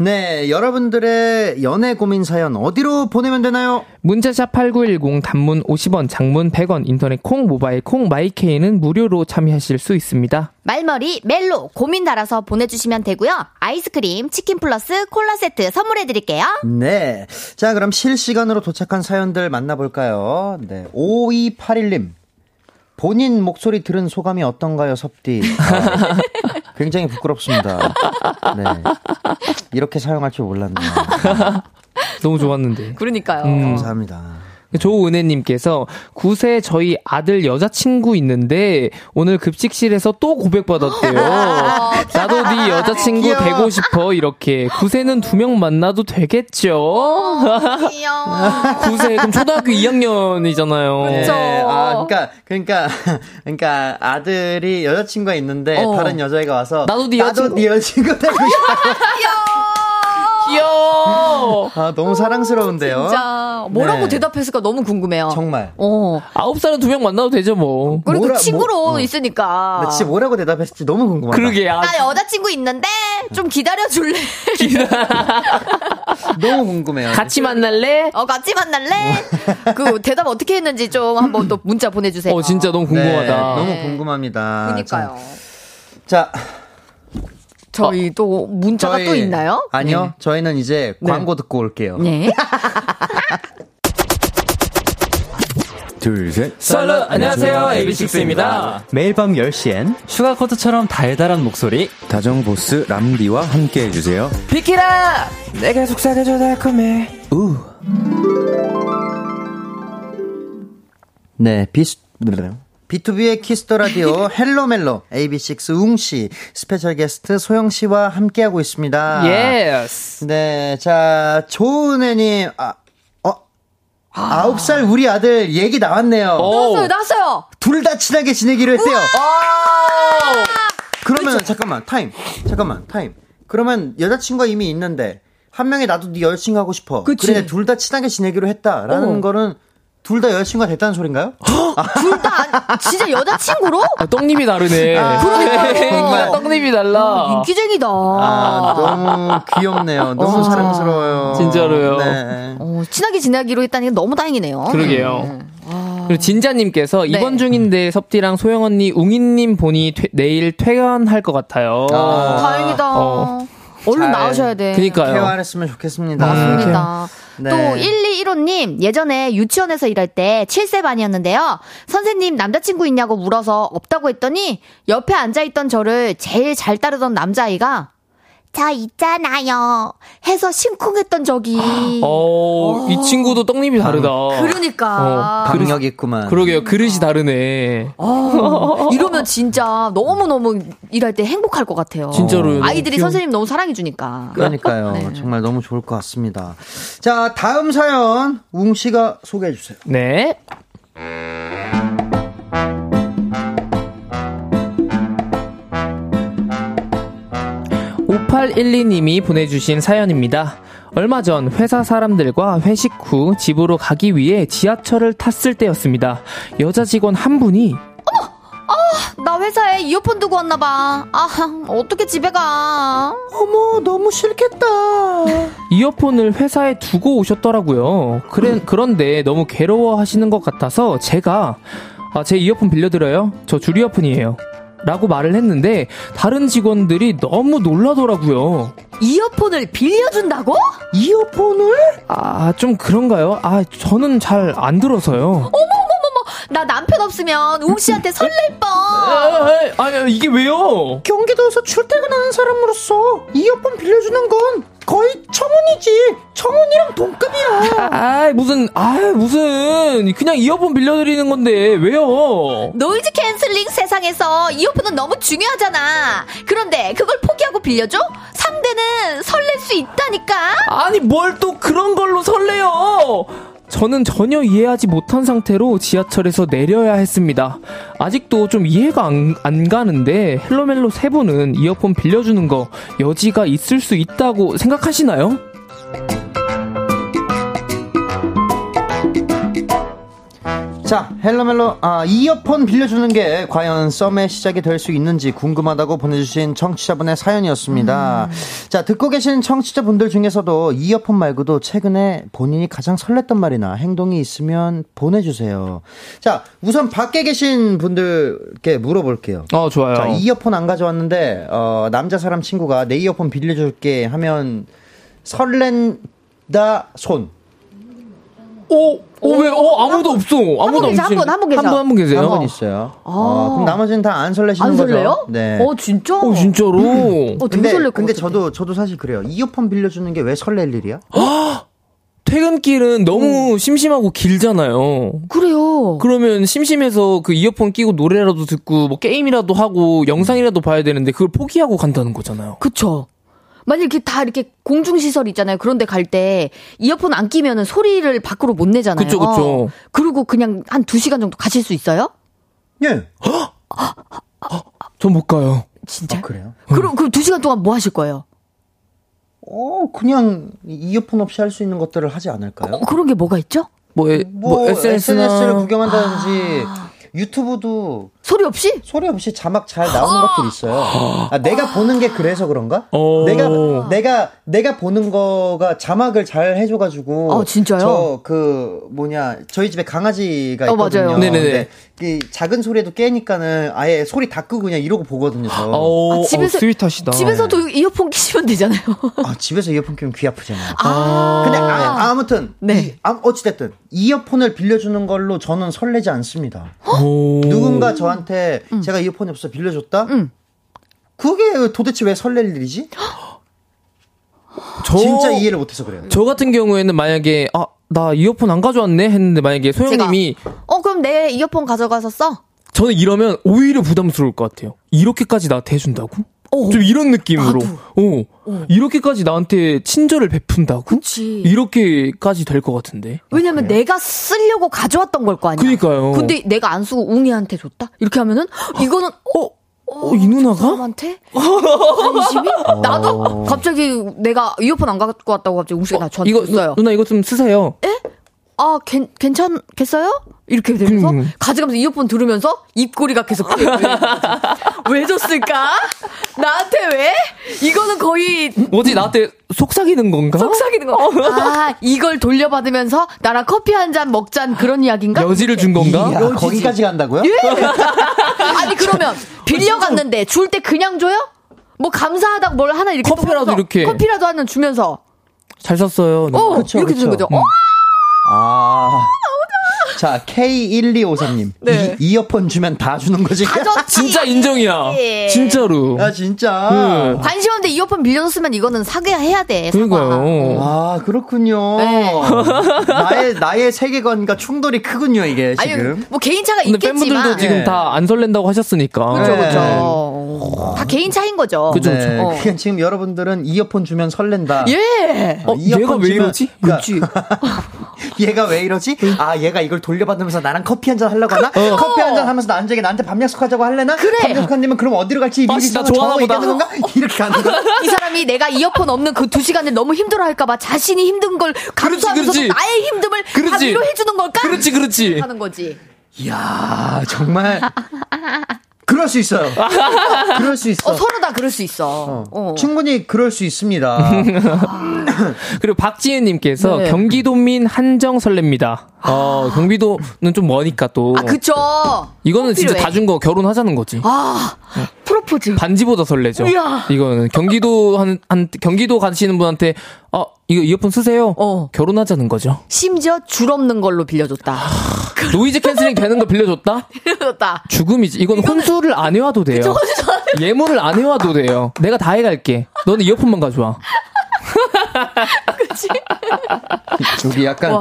[SPEAKER 2] 네, 여러분들의 연애 고민 사연 어디로 보내면 되나요?
[SPEAKER 4] 문자샵 8910 단문 50원, 장문 100원, 인터넷 콩, 모바일 콩, 마이케이는 무료로 참여하실 수 있습니다.
[SPEAKER 1] 말머리, 멜로, 고민 달아서 보내주시면 되고요. 아이스크림, 치킨 플러스 콜라 세트 선물해드릴게요.
[SPEAKER 2] 네. 자, 그럼 실시간으로 도착한 사연들 만나볼까요? 네. 5281님. 본인 목소리 들은 소감이 어떤가요, 섭디? 아, 굉장히 부끄럽습니다. 네. 이렇게 사용할 줄 몰랐네요.
[SPEAKER 4] 너무 좋았는데.
[SPEAKER 1] 그러니까요.
[SPEAKER 2] 음. 감사합니다.
[SPEAKER 4] 조은혜님께서 9세 저희 아들 여자친구 있는데 오늘 급식실에서 또 고백받았대요. 나도 네 여자친구
[SPEAKER 2] 귀여워.
[SPEAKER 4] 되고 싶어 이렇게 9세는 두 명 만나도 되겠죠?
[SPEAKER 1] 귀여워.
[SPEAKER 4] 9세 그럼 초등학교 2학년이잖아요.
[SPEAKER 2] 예,
[SPEAKER 1] 그쵸.
[SPEAKER 2] 아, 그러니까 그러니까 그러니까 아들이 여자친구가 있는데
[SPEAKER 4] 어.
[SPEAKER 2] 다른 여자애가 와서
[SPEAKER 4] 나도 네 여자친구-
[SPEAKER 2] 네 여자친구 되고 싶어.
[SPEAKER 4] 귀여워.
[SPEAKER 2] 아 너무 사랑스러운데요.
[SPEAKER 1] 진짜 뭐라고
[SPEAKER 2] 네.
[SPEAKER 1] 대답했을까 너무 궁금해요.
[SPEAKER 2] 정말.
[SPEAKER 1] 어.
[SPEAKER 4] 아홉 살은 두 명 만나도 되죠 뭐.
[SPEAKER 1] 그리고
[SPEAKER 2] 뭐라-
[SPEAKER 1] 친구로
[SPEAKER 2] 뭐- 어.
[SPEAKER 1] 있으니까.
[SPEAKER 2] 나 진짜 뭐라고 대답했을지 너무 궁금하다.
[SPEAKER 4] 그러게 아,
[SPEAKER 1] 나 여자친구 있는데 좀 기다려 줄래?
[SPEAKER 2] 너무 궁금해요.
[SPEAKER 4] 같이 만날래?
[SPEAKER 1] 어 같이 만날래? 그 대답 어떻게 했는지 좀 한번 또 문자 보내주세요. 아,
[SPEAKER 4] 어 진짜 너무 아,
[SPEAKER 2] 네,
[SPEAKER 4] 궁금하다.
[SPEAKER 2] 너무 궁금합니다.
[SPEAKER 1] 그니까요.
[SPEAKER 2] 자,
[SPEAKER 1] 저희
[SPEAKER 4] 아,
[SPEAKER 1] 또 문자가
[SPEAKER 2] 저희-
[SPEAKER 1] 또 있나요?
[SPEAKER 2] 아니요. 저희는 이제 광고 듣고 올게요.
[SPEAKER 1] 네.
[SPEAKER 5] 둘, 셋.
[SPEAKER 4] 썰러 안녕하세요 AB6IX입니다.
[SPEAKER 7] 매일 밤 10시엔
[SPEAKER 6] 슈가코드처럼 달달한 목소리
[SPEAKER 7] 다정보스 람디와 함께해주세요.
[SPEAKER 4] 비키라
[SPEAKER 6] 내가 속삭여줘 달콤해
[SPEAKER 2] 네, 비스 B2B의 키스터 라디오 헬로 멜로 AB6 웅 씨, 스페셜 게스트 소영 씨와 함께하고 있습니다.
[SPEAKER 4] 예스.
[SPEAKER 2] 네, 자, 조은혜 님. 아, 어. 아홉 살 우리 아들 얘기 나왔네요.
[SPEAKER 1] 나왔어요, 나왔어요.
[SPEAKER 2] 둘 다 친하게 지내기로 했대요. 아! 그러면 잠깐만 타임. 잠깐만 타임. 그러면 여자친구가 이미 있는데 한 명이 나도 네 여자친구 하고 싶어.
[SPEAKER 1] 그치.
[SPEAKER 2] 래 둘 다 친하게 지내기로 했다라는 거는 둘 다 여자친구가 됐다는 소린가요?
[SPEAKER 1] 둘 다 진짜 여자친구로?
[SPEAKER 4] 아, 떡잎이 다르네.
[SPEAKER 1] 그러니까요.
[SPEAKER 4] 애기가 떡잎이 달라.
[SPEAKER 1] 인기쟁이다.
[SPEAKER 2] 아, 너무 귀엽네요. 너무
[SPEAKER 1] 어.
[SPEAKER 2] 사랑스러워요.
[SPEAKER 4] 진짜로요.
[SPEAKER 2] 네.
[SPEAKER 1] 어, 친하게 지내기로 했다는 게 너무 다행이네요.
[SPEAKER 4] 그러게요. 그리고 진자님께서 입원 중인데 섭디랑 소영 언니, 웅인님 보니 퇴- 내일 퇴원할 것 같아요.
[SPEAKER 2] 아.
[SPEAKER 1] 다행이다.
[SPEAKER 4] 어.
[SPEAKER 1] 얼른
[SPEAKER 2] 잘-
[SPEAKER 1] 나으셔야 돼. 그러니까.
[SPEAKER 4] 그니까요.
[SPEAKER 2] 대화했으면 좋겠습니다.
[SPEAKER 1] 맞습니다.
[SPEAKER 2] 네.
[SPEAKER 1] 또 121호님 예전에 유치원에서 일할 때 7세 반이었는데요. 선생님 남자친구 있냐고 물어서 없다고 했더니 옆에 앉아있던 저를 제일 잘 따르던 남자아이가 저 있잖아요 해서 심쿵했던 적이
[SPEAKER 4] 어, 이 친구도 떡잎이 다르다. 어,
[SPEAKER 1] 그러니까
[SPEAKER 2] 강력 있구만.
[SPEAKER 4] 그러게요. 그릇이 다르네.
[SPEAKER 1] 어, 이러면 진짜 너무너무 일할 때 행복할 것 같아요.
[SPEAKER 4] 진짜로요. 너무
[SPEAKER 1] 아이들이
[SPEAKER 4] 귀여운-
[SPEAKER 1] 선생님 너무 사랑해주니까.
[SPEAKER 2] 그러니까요. 정말 너무 좋을 것 같습니다. 자, 다음 사연 웅 씨가 소개해 주세요.
[SPEAKER 4] 네. (5812님이) 보내주신 사연입니다. 얼마 전 회사 사람들과 회식 후 집으로 가기 위해 지하철을 탔을 때였습니다. 여자 직원 한 분이
[SPEAKER 1] 나 회사에 이어폰 두고 왔나봐. 아, 어떻게 집에 가.
[SPEAKER 2] 어머, 너무 싫겠다.
[SPEAKER 4] 이어폰을 회사에 두고 오셨더라고요. 그래, 그런데 너무 괴로워하시는 것 같아서 제가 아, 제 이어폰 빌려드려요. 저 줄 이어폰이에요. 라고 말을 했는데 다른 직원들이 너무 놀라더라고요.
[SPEAKER 1] 이어폰을 빌려준다고?
[SPEAKER 4] 아, 좀 그런가요? 아, 저는 잘 안 들어서요.
[SPEAKER 1] 나 남편 없으면 웅씨한테 설렐 뻔.
[SPEAKER 4] 아, 아, 이게 왜요?
[SPEAKER 2] 경기도에서 출퇴근하는 사람으로서 이어폰 빌려주는 건 거의 청혼이지. 청혼이랑 동급이야.
[SPEAKER 4] 아, 무슨, 아, 무슨, 그냥 이어폰 빌려드리는 건데, 왜요?
[SPEAKER 1] 노이즈 캔슬링 세상에서 이어폰은 너무 중요하잖아. 그런데 그걸 포기하고 빌려줘? 상대는 설렐 수 있다니까.
[SPEAKER 4] 아니 뭘 또 그런 걸로 설레요? 저는 전혀 이해하지 못한 상태로 지하철에서 내려야 했습니다. 아직도 좀 이해가 안, 안 가는데 헬로멜로 세 분은 이어폰 빌려주는 거 여지가 있을 수 있다고 생각하시나요?
[SPEAKER 2] 자, 헬로멜로 아, 이어폰 빌려주는 게 과연 썸의 시작이 될 수 있는지 궁금하다고 보내주신 청취자분의 사연이었습니다. 자, 듣고 계신 청취자분들 중에서도 이어폰 말고도 최근에 본인이 가장 설렜던 말이나 행동이 있으면 보내주세요. 자, 우선 밖에 계신 분들께 물어볼게요.
[SPEAKER 4] 어 좋아요.
[SPEAKER 2] 자, 이어폰 안 가져왔는데 어, 남자 사람 친구가 내 이어폰 빌려줄게 하면 설렌다 손.
[SPEAKER 4] 오, 오, 왜? 어 아무도 없어. 아무도
[SPEAKER 1] 계셔,
[SPEAKER 4] 없지.
[SPEAKER 1] 한 분, 한분 계셔.
[SPEAKER 4] 한분 한 분 계세요.
[SPEAKER 2] 한 분 있어요. 어, 그럼 나머지는 다 안 설레시는
[SPEAKER 1] 아. 안
[SPEAKER 2] 거죠?
[SPEAKER 1] 설레요?
[SPEAKER 2] 네.
[SPEAKER 1] 어, 진짜?
[SPEAKER 4] 오 진짜로.
[SPEAKER 1] 어, 되게
[SPEAKER 2] 근데,
[SPEAKER 1] 설렐 것 같은데.
[SPEAKER 2] 근데 저도 저도 사실 그래요. 이어폰 빌려주는 게 왜 설렐 일이야?
[SPEAKER 4] 퇴근길은
[SPEAKER 1] 음.
[SPEAKER 4] 너무 심심하고 길잖아요.
[SPEAKER 1] 그래요.
[SPEAKER 4] 그러면 심심해서 그 이어폰 끼고 노래라도 듣고 뭐 게임이라도 하고 영상이라도 봐야 되는데 그걸 포기하고 간다는 거잖아요.
[SPEAKER 1] 그쵸. 만약 이렇게 다 이렇게 공중시설 있잖아요. 그런데 갈 때 이어폰 안 끼면은 소리를 밖으로 못 내잖아요.
[SPEAKER 4] 그쵸, 그쵸.
[SPEAKER 1] 리고 그냥 한 두 시간 정도 가실 수 있어요?
[SPEAKER 2] 예.
[SPEAKER 4] 전 못 가요.
[SPEAKER 1] 진짜? 요
[SPEAKER 2] 그래요?
[SPEAKER 1] 그럼, 그럼 두 시간 동안 뭐 하실 거예요?
[SPEAKER 2] 어, 그냥 이어폰 없이 할 수 있는 것들을 하지 않을까요?
[SPEAKER 1] 어, 그런 게 뭐가 있죠?
[SPEAKER 4] 뭐, 에-
[SPEAKER 2] 뭐,
[SPEAKER 4] 뭐 SNS나
[SPEAKER 2] SNS를 구경한다든지
[SPEAKER 1] 아.
[SPEAKER 2] 유튜브도
[SPEAKER 1] 소리 없이?
[SPEAKER 2] 소리 없이 자막 잘
[SPEAKER 1] 아.
[SPEAKER 2] 나오는 것들 있어요. 아, 내가 보는 게 그래서 그런가?
[SPEAKER 4] 어.
[SPEAKER 2] 내가 내가 내가 보는 거가 자막을 잘 해줘가지고.
[SPEAKER 1] 어, 진짜요?
[SPEAKER 2] 저 그 뭐냐 저희 집에 강아지가
[SPEAKER 1] 어,
[SPEAKER 2] 있거든요.
[SPEAKER 1] 맞아요.
[SPEAKER 4] 네네네.
[SPEAKER 2] 근데 그 작은 소리에도 깨니까는 아예 소리 다 끄고 그냥 이러고 보거든요. 저.
[SPEAKER 4] 어,
[SPEAKER 1] 아, 집에서-
[SPEAKER 4] 어, 스윗하시다.
[SPEAKER 1] 집에서도 이어폰 끼시면 되잖아요.
[SPEAKER 2] 아, 집에서 이어폰 끼면 귀 아프잖아요.
[SPEAKER 1] 아.
[SPEAKER 2] 근데 아, 아무튼
[SPEAKER 1] 네.
[SPEAKER 2] 이- 아, 어찌됐든 이어폰을 빌려주는 걸로 저는 설레지 않습니다.
[SPEAKER 4] 오.
[SPEAKER 2] 누군가 저한테 제가 이어폰이 없어 빌려줬다?
[SPEAKER 1] 음.
[SPEAKER 2] 그게 도대체 왜 설렐 일이지?
[SPEAKER 4] 저,
[SPEAKER 2] 진짜 이해를 못해서 그래요.
[SPEAKER 4] 저 같은 경우에는 만약에 아, 나 이어폰 안 가져왔네 했는데 만약에 소영님이
[SPEAKER 1] 어, 그럼 내 이어폰 가져가서 써?
[SPEAKER 4] 저는 이러면 오히려 부담스러울 것 같아요. 이렇게까지 나한테 해준다고?
[SPEAKER 1] 어.
[SPEAKER 4] 좀 이런 느낌으로. 어. 이렇게까지 나한테 친절을 베푼다고?
[SPEAKER 1] 그치.
[SPEAKER 4] 이렇게까지 될 것 같은데.
[SPEAKER 1] 왜냐면 내가 쓰려고 가져왔던 걸 거 아니야.
[SPEAKER 4] 아, 그니까요. 아,
[SPEAKER 1] 근데 내가 안 쓰고 웅이한테 줬다? 이렇게 하면은, 이거는, 어?
[SPEAKER 4] 어, 이 누나가? 어.
[SPEAKER 1] 사람한테? 관심이? 나도? 갑자기 내가 이어폰 안 갖고 왔다고 갑자기 웅씨가 나 저한테
[SPEAKER 4] 이거
[SPEAKER 1] 줬어요.
[SPEAKER 4] 누나 이거 좀 쓰세요.
[SPEAKER 1] 아, 괜, 괜찮겠어요? 이렇게 되면서
[SPEAKER 4] 음.
[SPEAKER 1] 가져가면서 이어폰 들으면서 입꼬리가 계속
[SPEAKER 4] 아,
[SPEAKER 1] 꼬여요. 왜 줬을까? 나한테 왜? 이거는 거의
[SPEAKER 4] 뭐지 나한테 속삭이는 건가?
[SPEAKER 1] 속삭이는
[SPEAKER 4] 어.
[SPEAKER 1] 거. 아, 이걸 돌려받으면서 나랑 커피 한 잔 먹잔 그런 이야기인가?
[SPEAKER 4] 여지를 준 건가?
[SPEAKER 2] 이야, 거기까지 간다고요?
[SPEAKER 1] 예! 아니 그러면 빌려갔는데 줄 때 그냥 줘요? 뭐 감사하다고 뭘 하나 이렇게
[SPEAKER 4] 커피라도
[SPEAKER 1] 쏘면서
[SPEAKER 4] 이렇게.
[SPEAKER 1] 커피라도 하나 주면서
[SPEAKER 4] 잘 썼어요. 누나.
[SPEAKER 1] 어
[SPEAKER 2] 그쵸,
[SPEAKER 1] 이렇게 주는
[SPEAKER 2] 그쵸.
[SPEAKER 1] 거죠.
[SPEAKER 2] 음. 아. 자, K1253님.
[SPEAKER 1] 네.
[SPEAKER 2] 이, 어폰 주면 다 주는 거지?
[SPEAKER 1] 가져
[SPEAKER 4] 진짜 인정이야. 진짜로.
[SPEAKER 2] 아, 진짜.
[SPEAKER 4] 네.
[SPEAKER 1] 관심 없는데 이어폰 빌려줬으면 이거는 사과야 해야 돼. 사과.
[SPEAKER 4] 그러니까요.
[SPEAKER 2] 아, 그렇군요.
[SPEAKER 1] 네.
[SPEAKER 2] 나의, 나의 세계관과 충돌이 크군요, 이게
[SPEAKER 1] 아니
[SPEAKER 2] 지금.
[SPEAKER 1] 뭐 개인차가
[SPEAKER 4] 근데
[SPEAKER 1] 있겠지만
[SPEAKER 4] 팬분들도 지금
[SPEAKER 2] 예.
[SPEAKER 4] 다 안 설렌다고 하셨으니까.
[SPEAKER 1] 그렇죠
[SPEAKER 2] 네.
[SPEAKER 1] 그렇죠. 다 개인차인 거죠.
[SPEAKER 4] 그죠.
[SPEAKER 2] 네,
[SPEAKER 1] 어.
[SPEAKER 2] 그냥 지금 여러분들은 이어폰 주면 설렌다.
[SPEAKER 1] 예.
[SPEAKER 2] 어, 이어폰
[SPEAKER 4] 얘가 왜
[SPEAKER 2] 주면-
[SPEAKER 4] 이러지?
[SPEAKER 2] 그러니까 얘가 왜 이러지? 아, 얘가 이걸 돌려받으면서 나랑 커피 한 잔 하려고 하나?
[SPEAKER 4] 어.
[SPEAKER 2] 커피 한 잔 하면서 나 앉아게 나한테 밥 약속하자고 할래나? 그래. 밥 약속한다면 그럼 어디로 갈지 미리
[SPEAKER 4] 진짜
[SPEAKER 2] 정하고
[SPEAKER 4] 좋아하나 보다.
[SPEAKER 2] 얘기하는 건가? 이렇게 가는 거야.
[SPEAKER 1] 이 사람이 내가 이어폰 없는 그 두 시간을 너무 힘들어할까봐 자신이 힘든 걸 감수하면서
[SPEAKER 4] 그렇지.
[SPEAKER 1] 나의 힘듦을 다
[SPEAKER 4] 그렇지.
[SPEAKER 1] 위로해주는 걸까?
[SPEAKER 4] 그렇지, 그렇지.
[SPEAKER 1] 하는 거지.
[SPEAKER 2] 이야, 아, 정말. 그럴 수 있어요. 그럴 수 있어.
[SPEAKER 1] 어, 서로 다 그럴 수 있어. 어.
[SPEAKER 2] 충분히 그럴 수 있습니다.
[SPEAKER 4] 그리고 박지은님께서
[SPEAKER 1] 네.
[SPEAKER 4] 경기도민 한정 설렙니다. 어, 경기도는 좀 머니까 또.
[SPEAKER 1] 아, 그쵸.
[SPEAKER 4] 이거는 진짜
[SPEAKER 1] 필요해.
[SPEAKER 4] 다 준 거 결혼하자는 거지.
[SPEAKER 1] 아, 프로포즈.
[SPEAKER 4] 반지보다 설레죠.
[SPEAKER 1] 이야.
[SPEAKER 4] 이거는 경기도 한, 한 경기도 가시는 분한테 어 이거 이어폰 쓰세요.
[SPEAKER 1] 어.
[SPEAKER 4] 결혼하자는 거죠.
[SPEAKER 1] 심지어 줄 없는 걸로 빌려줬다.
[SPEAKER 4] 노이즈 캔슬링 되는 거 빌려줬다?
[SPEAKER 1] 빌려줬다.
[SPEAKER 4] 죽음이지. 이건 혼수를 안 해와도 돼요. 예물을 안 해와도 돼요. 내가 다 해갈게. 너는 이어폰만 가져와.
[SPEAKER 2] 저기 약간,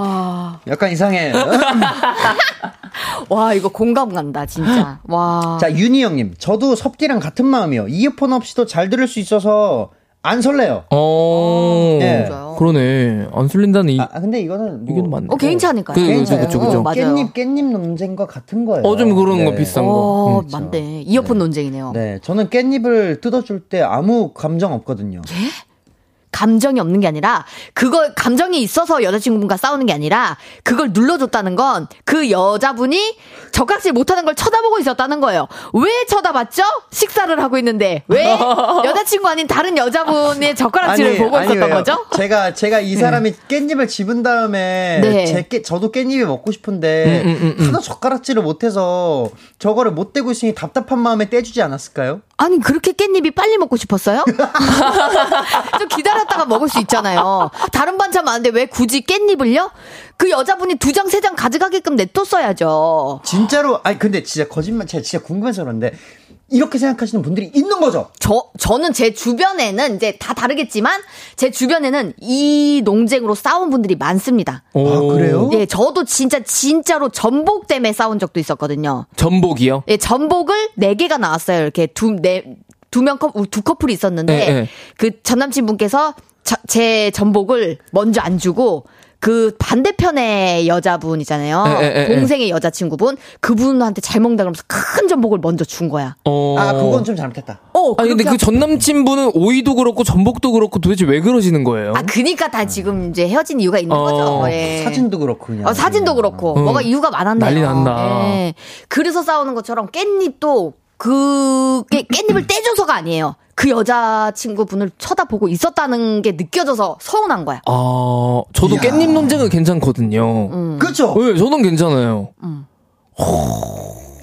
[SPEAKER 2] 약간 이상해.
[SPEAKER 1] 와, 이거 공감 간다, 진짜. 와.
[SPEAKER 2] 자, 윤희 형님. 저도 섭기랑 같은 마음이요. 이어폰 없이도 잘 들을 수 있어서 안 설레요.
[SPEAKER 4] 어.
[SPEAKER 2] 예.
[SPEAKER 1] 진짜요?
[SPEAKER 4] 그러네. 안 술린다는 이,
[SPEAKER 2] 아, 아, 근데 이거는. 뭐
[SPEAKER 4] 이게 맞네.
[SPEAKER 1] 어, 개인차니까요.
[SPEAKER 4] 그, 그, 그,
[SPEAKER 2] 괜찮아요.
[SPEAKER 4] 그쵸, 그쵸.
[SPEAKER 1] 어, 맞아요.
[SPEAKER 2] 깻잎 깻잎 논쟁과 같은 거예요.
[SPEAKER 4] 어, 좀 그런 거
[SPEAKER 2] 네.
[SPEAKER 4] 비싼 거.
[SPEAKER 1] 어, 맞네. 이어폰 논쟁이네요.
[SPEAKER 2] 네, 저는 깻잎을 뜯어줄 때 아무 감정 없거든요.
[SPEAKER 1] 예, 감정이 없는 게 아니라, 그걸, 감정이 있어서 여자친구분과 싸우는 게 아니라, 그걸 눌러줬다는 건, 그 여자분이 젓가락질 못하는 걸 쳐다보고 있었다는 거예요. 왜 쳐다봤죠? 식사를 하고 있는데, 왜 여자친구 아닌 다른 여자분의 젓가락질을 보고 있었던
[SPEAKER 2] 왜요.
[SPEAKER 1] 거죠?
[SPEAKER 2] 제가 제가 이 사람이 깻잎을 집은 다음에
[SPEAKER 1] 네.
[SPEAKER 2] 제 깨- 저도 깻잎이 먹고
[SPEAKER 4] 음,
[SPEAKER 2] 싶은데 하나 젓가락질을 못해서 저거를 못 떼고 있으니 답답한 마음에 떼주지 않았을까요?
[SPEAKER 1] 아니 그렇게 깻잎이 빨리 먹고 싶었어요? 좀 기다렸다가 먹을 수 있잖아요. 다른 반찬 많은데 왜 굳이 깻잎을요? 그 여자분이 두 장 세 장 가져가게끔 냅뒀어야죠.
[SPEAKER 2] 진짜로 아니 근데 진짜 거짓말 제가 진짜 궁금해서 그런데 이렇게 생각하시는 분들이 있는 거죠.
[SPEAKER 1] 저, 저는 제 주변에는 이제 다 다르겠지만 제 주변에는 이 농쟁으로 싸운 분들이 많습니다.
[SPEAKER 4] 오. 네.
[SPEAKER 2] 아, 그래요?
[SPEAKER 1] 예, 저도 진짜 진짜로 전복 때문에 싸운 적도 있었거든요.
[SPEAKER 4] 전복이요?
[SPEAKER 1] 예, 전복을 네 개가 나왔어요. 이렇게 두, 네, 두 명, 컵, 두 커플이 있었는데,
[SPEAKER 4] 네, 네.
[SPEAKER 1] 그 전남친분께서 저- 제 전복을 먼저 안 주고, 그 반대편의 여자분이잖아요.
[SPEAKER 4] 네, 네, 네,
[SPEAKER 1] 동생의 여자친구분. 그분한테 잘 먹는다 그러면서 큰 전복을 먼저 준 거야.
[SPEAKER 4] 어.
[SPEAKER 2] 아, 그건 좀 잘못했다.
[SPEAKER 1] 어,
[SPEAKER 4] 아니 근데
[SPEAKER 1] 그렇게
[SPEAKER 4] 그 전남친분은 오이도 그렇고 전복도 그렇고 도대체 왜 그러시는 거예요?
[SPEAKER 1] 아, 그니까 다 지금 이제 헤어진 이유가 있는
[SPEAKER 4] 어,
[SPEAKER 1] 거죠. 예.
[SPEAKER 2] 사진도 그렇고 그냥.
[SPEAKER 1] 어, 사진도 그렇고
[SPEAKER 4] 음.
[SPEAKER 1] 뭐가 이유가 많았네요.
[SPEAKER 4] 난리 났나.
[SPEAKER 1] 예. 그래서 싸우는 것처럼 깻잎도 그 깨- 깻잎을 떼줘서가 아니에요. 그 여자 친구분을 쳐다보고 있었다는 게 느껴져서 서운한 거야.
[SPEAKER 2] 어,
[SPEAKER 4] 아, 저도
[SPEAKER 2] 이야.
[SPEAKER 4] 깻잎 논쟁은 괜찮거든요.
[SPEAKER 2] 그렇죠.
[SPEAKER 4] 예, 저는 괜찮아요.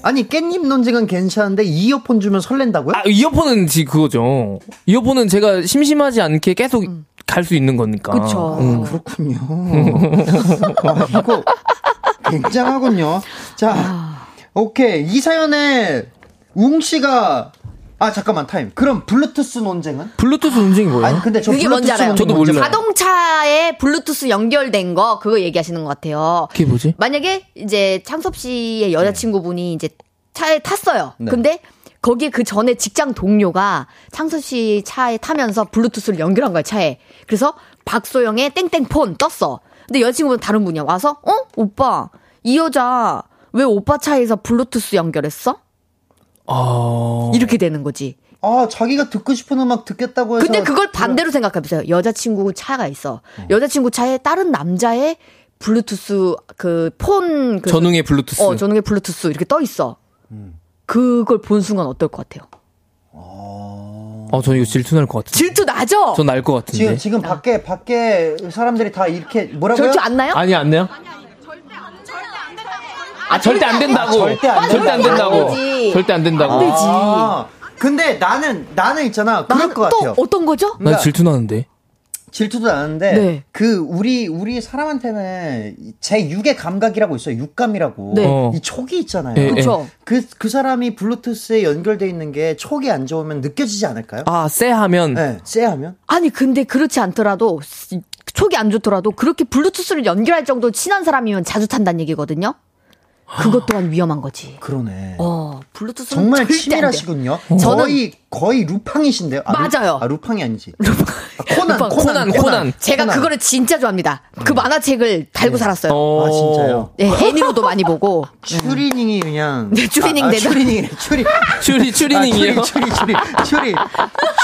[SPEAKER 2] 아니 깻잎 논쟁은 괜찮은데 이어폰 주면 설렌다고요?
[SPEAKER 4] 아, 이어폰은 지 그거죠. 이어폰은 제가 심심하지 않게 계속 갈 수 있는 거니까.
[SPEAKER 1] 그쵸.
[SPEAKER 4] 음.
[SPEAKER 2] 어, 그렇군요. 아, 이거 굉장하군요. 자, 오케이 이 사연에 웅 씨가 아 잠깐만 타임. 그럼 블루투스 논쟁은?
[SPEAKER 4] 블루투스 논쟁이 뭐예요?
[SPEAKER 2] 아니 근데 저
[SPEAKER 1] 그게 뭔지
[SPEAKER 2] 블루투스
[SPEAKER 1] 알아요?
[SPEAKER 2] 논쟁
[SPEAKER 4] 저도
[SPEAKER 2] 뭔지
[SPEAKER 4] 몰라요.
[SPEAKER 1] 자동차에 블루투스 연결된 거 그거 얘기하시는 것 같아요.
[SPEAKER 4] 그게 뭐지?
[SPEAKER 1] 만약에 이제 창섭 씨의 여자친구분이 이제 차에 탔어요. 근데 거기에 그 전에 직장 동료가 창섭 씨 차에 타면서 블루투스를 연결한 거야, 차에. 그래서 박소영의 땡땡폰 떴어. 근데 여자친구분 다른 분이야. 와서, 어? 오빠, 이 여자 왜 오빠 차에서 블루투스 연결했어?
[SPEAKER 4] 아.
[SPEAKER 1] 이렇게 되는 거지.
[SPEAKER 2] 아 자기가 듣고 싶은 음악 듣겠다고 해서
[SPEAKER 1] 근데 그걸 반대로 생각해보세요. 여자친구 차가 있어. 여자친구 차에 다른 남자의 블루투스 그 폰 그
[SPEAKER 4] 전웅의 블루투스.
[SPEAKER 1] 어, 저는 게 블루투스 이렇게 떠 있어. 그걸 본 순간 어떨 것 같아요?
[SPEAKER 4] 아, 저는 이거 질투날 것 같은데.
[SPEAKER 1] 질투 나죠?
[SPEAKER 4] 전 알 것
[SPEAKER 2] 지금
[SPEAKER 4] 같은데.
[SPEAKER 2] 지금 밖에 밖에 사람들이 다 이렇게 뭐라고요?
[SPEAKER 1] 절투 안 나요?
[SPEAKER 4] 아니, 안 돼요? 아, 절대 안 된다고.
[SPEAKER 2] 절대 안
[SPEAKER 4] 절대 안
[SPEAKER 1] 된다고.
[SPEAKER 4] 된다고.
[SPEAKER 1] 안 되지.
[SPEAKER 4] 절대 안 된다고.
[SPEAKER 1] 되지.
[SPEAKER 2] 아, 근데 나는 나는 있잖아. 그럴
[SPEAKER 1] 나는
[SPEAKER 2] 것
[SPEAKER 1] 또
[SPEAKER 2] 같아요.
[SPEAKER 1] 어떤 거죠?
[SPEAKER 4] 나 질투나는데.
[SPEAKER 2] 질투도 나는데
[SPEAKER 1] 네.
[SPEAKER 2] 그 우리 우리 사람한테는 제 육의 감각이라고 있어요. 육감이라고.
[SPEAKER 1] 네.
[SPEAKER 4] 어.
[SPEAKER 2] 이 촉이 있잖아요.
[SPEAKER 4] 예, 예.
[SPEAKER 1] 그쵸?
[SPEAKER 2] 그 그 사람이 블루투스에 연결돼 있는 게 촉이 안 좋으면 느껴지지 않을까요?
[SPEAKER 4] 아, 쎄 하면.
[SPEAKER 2] 네, 쎄하면
[SPEAKER 1] 아니 근데 그렇지 않더라도 씨, 촉이 안 좋더라도 그렇게 블루투스를 연결할 정도 친한 사람이면 자주 탄다는 얘기거든요. 그것 또한 위험한 거지.
[SPEAKER 2] 그러네.
[SPEAKER 1] 어, 블루투스
[SPEAKER 2] 정말
[SPEAKER 1] 절대 안 돼.
[SPEAKER 2] 치밀하시군요.
[SPEAKER 1] 저는-
[SPEAKER 2] 거의 거의 루팡이신데요. 아, 루-
[SPEAKER 1] 맞아요.
[SPEAKER 2] 아 루팡이 아니지. 아, 코난,
[SPEAKER 1] 루팡,
[SPEAKER 2] 코난
[SPEAKER 4] 코난, 코난.
[SPEAKER 1] 제가
[SPEAKER 2] 코난.
[SPEAKER 1] 그거를 진짜 좋아합니다.
[SPEAKER 2] 음.
[SPEAKER 1] 그 만화책을 달고 살았어요.
[SPEAKER 4] 어.
[SPEAKER 2] 아 진짜요.
[SPEAKER 1] 네, 애니로도 많이 보고.
[SPEAKER 2] 네. 추리닝이 그냥
[SPEAKER 1] 네, 추리닝
[SPEAKER 2] 아, 아,
[SPEAKER 1] 대단.
[SPEAKER 2] 추리닝이래. 추리
[SPEAKER 4] 추리, 추리닝이에요?
[SPEAKER 2] 아, 추리 추리 추리 추리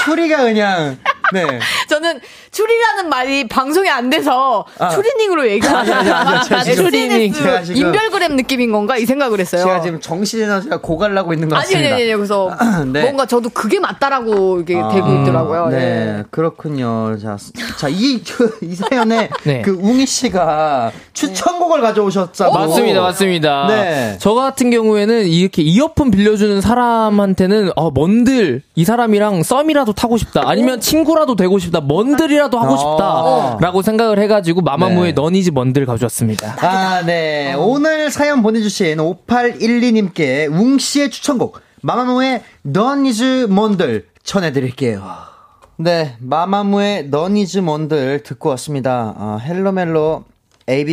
[SPEAKER 2] 추리가 그냥 네.
[SPEAKER 1] 저는 추리라는 말이 방송에 안 돼서
[SPEAKER 2] 아.
[SPEAKER 1] 추리닝으로 얘기하잖아요.
[SPEAKER 4] 지금
[SPEAKER 1] SNS
[SPEAKER 2] 제가 지금-
[SPEAKER 1] 그 인별그램 느낌인 건가 이 생각을 했어요.
[SPEAKER 2] 제가 지금 정신의 나주가 고갈라고 있는 것
[SPEAKER 1] 아니
[SPEAKER 2] 같습니다.
[SPEAKER 1] 아니 아니 그래서
[SPEAKER 2] 네.
[SPEAKER 1] 뭔가 저도 그게 맞다라고 이게
[SPEAKER 2] 아,
[SPEAKER 1] 되고 있더라고요.
[SPEAKER 2] 네,
[SPEAKER 1] 예.
[SPEAKER 2] 그렇군요. 자, 스- 자, 이, 그, 이 사연에
[SPEAKER 4] 네.
[SPEAKER 2] 그 웅이 씨가 추천곡을 가져오셨잖아요.
[SPEAKER 4] 맞습니다, 맞습니다.
[SPEAKER 2] 네.
[SPEAKER 4] 저 같은 경우에는 이렇게 이어폰 빌려주는 사람한테는 어, 먼들 이 사람이랑 썸이라도 타고 싶다, 아니면 친구라도 되고 싶다, 먼들이라도 하고
[SPEAKER 2] 아.
[SPEAKER 4] 싶다라고 생각을 해가지고 마마무의
[SPEAKER 2] 네.
[SPEAKER 4] 넌이지 먼들 가져왔습니다.
[SPEAKER 2] 아, 네. 오늘 사연 보내주신 5812님께 웅 씨의 추천곡, 마마무의 넌 이즈 뭔들 전해드릴게요. 네, 마마무의 넌 이즈 뭔들 듣고 왔습니다. 아, 헬로멜로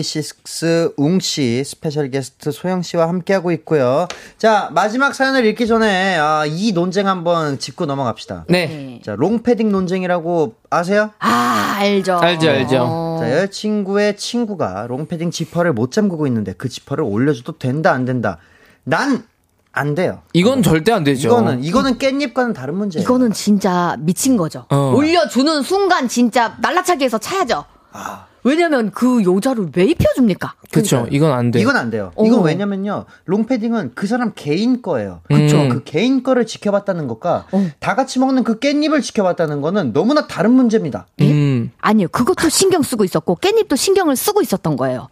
[SPEAKER 2] AB6 웅씨 스페셜 게스트 소영씨와 함께하고 있고요. 자, 마지막 사연을 읽기 전에 아, 이 논쟁 한번 짚고 넘어갑시다.
[SPEAKER 4] 네.
[SPEAKER 2] 자, 롱패딩 논쟁이라고 아세요?
[SPEAKER 1] 아 알죠.
[SPEAKER 4] 알죠, 알죠.
[SPEAKER 1] 어.
[SPEAKER 2] 자, 여자친구의 친구가 롱패딩 지퍼를 못 잠그고 있는데 그 지퍼를 올려줘도 된다 안 된다. 난 안 돼요.
[SPEAKER 4] 이건 절대 안 되죠.
[SPEAKER 2] 이거는 이거는 깻잎과는 다른 문제예요.
[SPEAKER 1] 이거는 진짜 미친 거죠.
[SPEAKER 4] 어.
[SPEAKER 1] 올려주는 순간 진짜 날라차기 해서 차야죠.
[SPEAKER 2] 아.
[SPEAKER 1] 왜냐면 그 여자를 왜 입혀줍니까?
[SPEAKER 4] 그쵸. 그렇죠. 이건 안 돼.
[SPEAKER 2] 네. 이건 안 돼요. 이건
[SPEAKER 1] 어.
[SPEAKER 2] 왜냐면요. 롱패딩은 그 사람 개인 거예요.
[SPEAKER 4] 음.
[SPEAKER 2] 그쵸. 그 개인 거를 지켜봤다는 것과
[SPEAKER 4] 어.
[SPEAKER 2] 다 같이 먹는 그 깻잎을 지켜봤다는 거는 너무나 다른 문제입니다.
[SPEAKER 4] 음.
[SPEAKER 1] 아니요. 그것도 신경 쓰고 있었고 깻잎도 신경을 쓰고 있었던 거예요.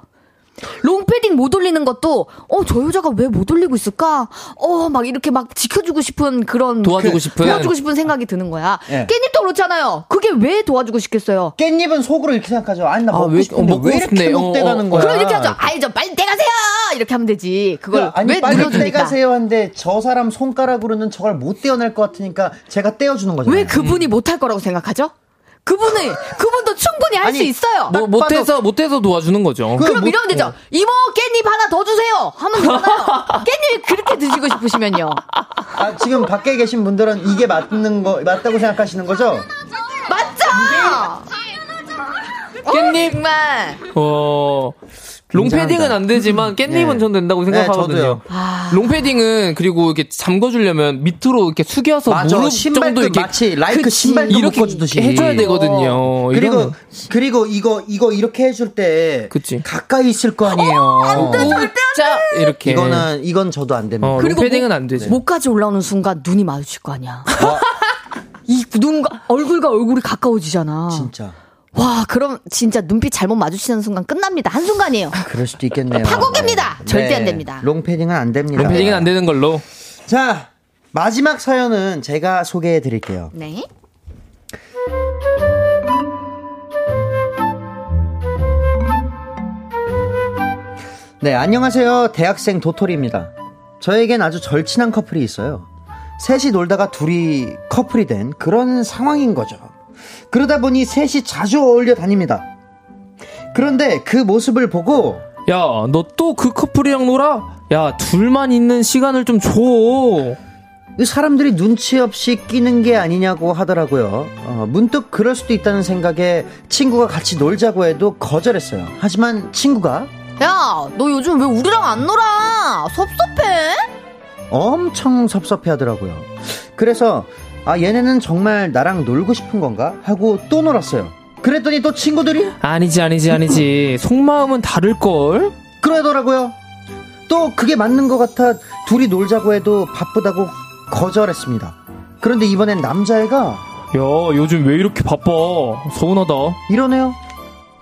[SPEAKER 1] 롱패딩 못 올리는 것도 어 저 여자가 왜 못 올리고 있을까? 어 막 이렇게 막 지켜주고 싶은 그런
[SPEAKER 4] 도와주고
[SPEAKER 1] 그-
[SPEAKER 4] 싶은.
[SPEAKER 1] 도와주고 싶은 생각이 드는 거야.
[SPEAKER 2] 예.
[SPEAKER 1] 깻잎도 그렇잖아요. 그게 왜 도와주고 싶겠어요?
[SPEAKER 2] 깻잎은 속으로 이렇게 생각하죠. 아니 나
[SPEAKER 4] 아,
[SPEAKER 2] 먹고
[SPEAKER 4] 왜-
[SPEAKER 2] 싶은데
[SPEAKER 4] 어, 먹고
[SPEAKER 2] 왜 이렇게
[SPEAKER 4] 싶네.
[SPEAKER 2] 못
[SPEAKER 4] 어,
[SPEAKER 2] 대가는
[SPEAKER 4] 어,
[SPEAKER 2] 거야?
[SPEAKER 1] 그럼 이렇게 하죠. 아이 좀 빨리 떼가세요. 이렇게 하면 되지. 그걸
[SPEAKER 2] 그러니까 아니
[SPEAKER 1] 왜
[SPEAKER 2] 빨리
[SPEAKER 1] 눌러주니까?
[SPEAKER 2] 떼가세요 한데 저 사람 손가락으로는 저걸 못 떼어낼 것 같으니까 제가 떼어주는 거잖아요.
[SPEAKER 1] 왜 그분이 못할 거라고 생각하죠? 그분이 그분도 충분히 할 수
[SPEAKER 2] 아니,
[SPEAKER 1] 있어요.
[SPEAKER 4] 뭐 못해서 못해서 도와주는 거죠.
[SPEAKER 2] 그-
[SPEAKER 1] 그럼
[SPEAKER 2] 못-
[SPEAKER 1] 이러면
[SPEAKER 4] 어.
[SPEAKER 1] 되죠. 이모 깻잎 하나 더 주세요. 하면 되잖아요. 깻잎 그렇게 드시고 싶으시면요.
[SPEAKER 2] 아, 지금 밖에 계신 분들은 이게 맞는 거 맞다고 생각하시는 거죠?
[SPEAKER 1] 맞죠? 깻잎 정말.
[SPEAKER 4] 어 롱패딩은 안 되지만 깻잎은
[SPEAKER 2] 예.
[SPEAKER 4] 전 된다고 생각하거든요.
[SPEAKER 2] 저도요.
[SPEAKER 4] 롱패딩은 그리고 이렇게 잠궈주려면 밑으로 이렇게 숙여서
[SPEAKER 2] 맞아.
[SPEAKER 4] 무릎 정도
[SPEAKER 2] 신발끈 그
[SPEAKER 4] 이렇게
[SPEAKER 2] 마치 라이크
[SPEAKER 4] 그치.
[SPEAKER 2] 신발끈
[SPEAKER 4] 이렇게
[SPEAKER 2] 묶어주듯이.
[SPEAKER 4] 해줘야
[SPEAKER 2] 그리고
[SPEAKER 4] 되거든요. 어, 이러면-
[SPEAKER 2] 그리고 이거 이거 이렇게 해줄 때
[SPEAKER 4] 그치. 어,
[SPEAKER 2] 가까이 있을 거 아니에요. 어.
[SPEAKER 4] 자 이렇게
[SPEAKER 2] 이거는 네. 이건 저도 안 됩니다.
[SPEAKER 4] 어,
[SPEAKER 1] 그리고
[SPEAKER 4] 롱패딩은
[SPEAKER 1] 목-
[SPEAKER 4] 안 되지.
[SPEAKER 1] 목까지 올라오는 순간 눈이 마주칠 거 아니야. 이 눈과 얼굴과 얼굴이 가까워지잖아.
[SPEAKER 2] 진짜
[SPEAKER 1] 와, 그럼 진짜 눈빛 잘못 마주치는 순간 끝납니다. 한 순간이에요.
[SPEAKER 2] 그럴 수도 있겠네요.
[SPEAKER 1] 파국입니다. 절대 안 됩니다.
[SPEAKER 2] 롱패딩은 안 됩니다.
[SPEAKER 4] 롱패딩은 안 되는 걸로.
[SPEAKER 2] 자 마지막 사연은 제가 소개해 드릴게요.
[SPEAKER 1] 네.
[SPEAKER 2] 네, 안녕하세요. 대학생 도토리입니다. 저에겐 아주 절친한 커플이 있어요. 셋이 놀다가 둘이 커플이 된 그런 상황인 거죠. 그러다 보니 셋이 자주 어울려 다닙니다. 그런데 그 모습을 보고
[SPEAKER 4] 야 너 또 그 커플이랑 놀아? 야 둘만 있는 시간을 좀 줘.
[SPEAKER 2] 사람들이 눈치 없이 끼는 게 아니냐고 하더라고요. 어, 문득 그럴 수도 있다는 생각에 친구가 같이 놀자고 해도 거절했어요. 하지만 친구가
[SPEAKER 1] 야, 너 요즘 왜 우리랑 안 놀아? 섭섭해?
[SPEAKER 2] 엄청 섭섭해 하더라고요. 그래서, 아, 얘네는 정말 나랑 놀고 싶은 건가? 하고 또 놀았어요. 그랬더니 또 친구들이
[SPEAKER 4] 아니지 아니지 아니지. 속마음은 다를 걸.
[SPEAKER 2] 그러더라고요. 또 그게 맞는 것 같아 둘이 놀자고 해도 바쁘다고 거절했습니다. 그런데 이번엔 남자애가
[SPEAKER 4] 야 요즘 왜 이렇게 바빠? 서운하다.
[SPEAKER 2] 이러네요.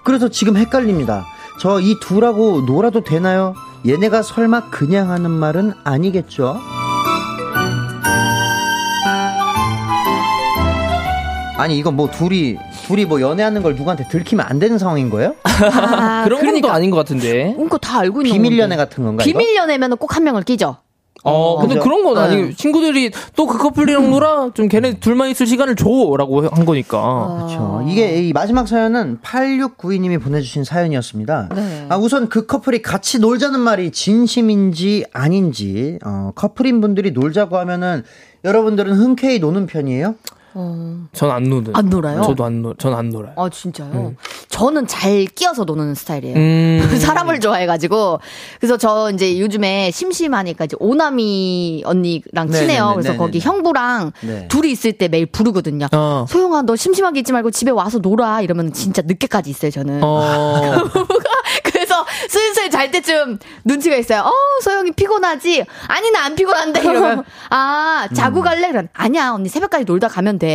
[SPEAKER 2] 그래서 지금 헷갈립니다. 저 이 둘하고 놀아도 되나요? 얘네가 설마 그냥 하는 말은 아니겠죠? 아니 이건 뭐 둘이 둘이 뭐 연애하는 걸 누구한테 들키면 안 되는 상황인 거예요?
[SPEAKER 1] 아,
[SPEAKER 4] 그런 건도 아닌 그러니까. 것 같은데.
[SPEAKER 1] 그거 다 알고 있는
[SPEAKER 2] 비밀
[SPEAKER 1] 건데.
[SPEAKER 2] 연애 같은 건가? 이거?
[SPEAKER 1] 비밀 연애면 꼭 한 명을 끼죠.
[SPEAKER 4] 어, 근데
[SPEAKER 2] 그죠?
[SPEAKER 4] 그런 건 아니.
[SPEAKER 2] 네.
[SPEAKER 4] 친구들이 또 그 커플이랑 놀아. 좀 걔네 둘만 있을 시간을 줘라고 한 거니까.
[SPEAKER 1] 어.
[SPEAKER 2] 그렇죠. 이게 이 마지막 사연은 8692님이 보내주신 사연이었습니다.
[SPEAKER 1] 네.
[SPEAKER 2] 아, 우선 그 커플이 같이 놀자는 말이 진심인지 아닌지 어, 커플인 분들이 놀자고 하면은 여러분들은 흔쾌히 노는 편이에요?
[SPEAKER 4] 전 안 노는.
[SPEAKER 1] 안 놀아요?
[SPEAKER 4] 저도 안 놀. 전 안 놀아요.
[SPEAKER 1] 아, 진짜요?
[SPEAKER 2] 네.
[SPEAKER 1] 저는 잘 끼어서 노는 스타일이에요.
[SPEAKER 4] 음.
[SPEAKER 1] 사람을 좋아해가지고 그래서 저 이제 요즘에 심심하니까 이제 오나미 언니랑
[SPEAKER 2] 네네네,
[SPEAKER 1] 친해요. 그래서
[SPEAKER 2] 네네네.
[SPEAKER 1] 거기 형부랑
[SPEAKER 2] 네.
[SPEAKER 1] 둘이 있을 때 매일 부르거든요.
[SPEAKER 4] 어.
[SPEAKER 1] 소영아 너 심심하게 있지 말고 집에 와서 놀아 이러면 진짜 늦게까지 있어요 저는.
[SPEAKER 4] 어.
[SPEAKER 1] 그래서 슬슬 잘 때쯤 눈치가 있어요. 어 소영이 피곤하지? 아니 나 안 피곤한데 이러면 아
[SPEAKER 2] 음.
[SPEAKER 1] 자고 갈래? 이런 아니야 언니 새벽까지 놀다 가면 돼.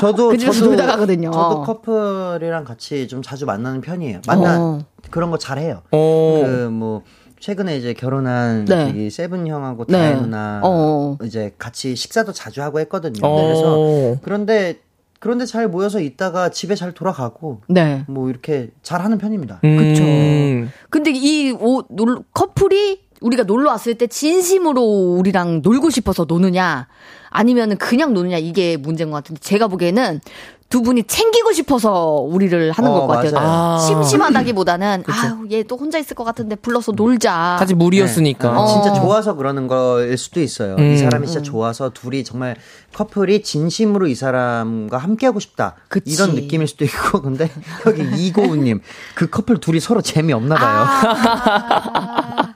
[SPEAKER 2] 저도
[SPEAKER 1] 그 집에서 놀다 가거든요.
[SPEAKER 2] 저도 커플이랑 같이 좀 자주 만나는 편이에요. 만나
[SPEAKER 1] 어.
[SPEAKER 2] 그런 거 잘해요.
[SPEAKER 4] 어.
[SPEAKER 2] 그 뭐 최근에 이제 결혼한
[SPEAKER 1] 네.
[SPEAKER 2] 이 세븐 형하고
[SPEAKER 1] 네.
[SPEAKER 2] 다혜 누나
[SPEAKER 1] 어.
[SPEAKER 2] 이제 같이 식사도 자주 하고 했거든요.
[SPEAKER 4] 어.
[SPEAKER 2] 그래서 그런데 그런데 잘 모여서 있다가 집에 잘 돌아가고
[SPEAKER 1] 네.
[SPEAKER 2] 뭐 이렇게 잘 하는 편입니다.
[SPEAKER 1] 그쵸.
[SPEAKER 4] 음.
[SPEAKER 1] 근데 이 오, 놀, 커플이 우리가 놀러 왔을 때 진심으로 우리랑 놀고 싶어서 노느냐 아니면 그냥 노느냐 이게 문제인 것 같은데 제가 보기에는 두 분이 챙기고 싶어서 우리를 하는
[SPEAKER 2] 어,
[SPEAKER 1] 것 같아요.
[SPEAKER 2] 맞아요.
[SPEAKER 4] 아.
[SPEAKER 1] 심심하다기보다는 아유 얘 또 혼자 있을 것 같은데 불러서 놀자.
[SPEAKER 4] 같이 뭐- 무리였으니까. 음.
[SPEAKER 2] 네. 아, 진짜
[SPEAKER 1] 아. 어. 음.
[SPEAKER 2] 좋아서 그러는 거일 수도 있어요. 이 사람이 진짜 좋아서 둘이 정말 커플이 진심으로 이 사람과 함께하고 싶다.
[SPEAKER 1] 그치.
[SPEAKER 2] 이런 느낌일 수도 있고 근데 여기 이고우님 그 커플 둘이 서로 재미없나 봐요.
[SPEAKER 1] 아,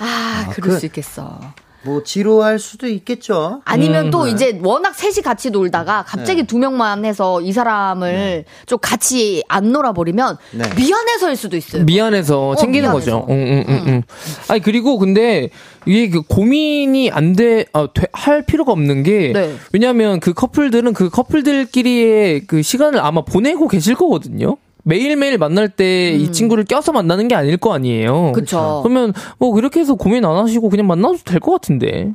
[SPEAKER 1] 아, 그럴
[SPEAKER 2] 그-
[SPEAKER 1] 수 있겠어.
[SPEAKER 2] 뭐 지루할 수도 있겠죠.
[SPEAKER 1] 아니면 또 이제 워낙 셋이 같이 놀다가 갑자기 두 명만 해서 이 사람을 좀 같이 안 놀아버리면
[SPEAKER 2] 네.
[SPEAKER 1] 미안해서일 수도 있어요.
[SPEAKER 4] 미안해서 챙기는
[SPEAKER 1] 미안해서. 음.
[SPEAKER 4] 거죠. 음, 응, 응, 응, 응. 아니 그리고 근데 이게 그 고민이 안돼할 필요가 없는 게
[SPEAKER 1] 네.
[SPEAKER 4] 왜냐하면 그 커플들은 그 커플들끼리의 그 시간을 아마 보내고 계실 거거든요. 매일매일 만날 때 이 친구를 껴서 만나는 게 아닐 거 아니에요.
[SPEAKER 1] 음. 그쵸.
[SPEAKER 4] 그러면 뭐 그렇게 해서 고민 안 하시고 그냥 만나도 될 것 같은데.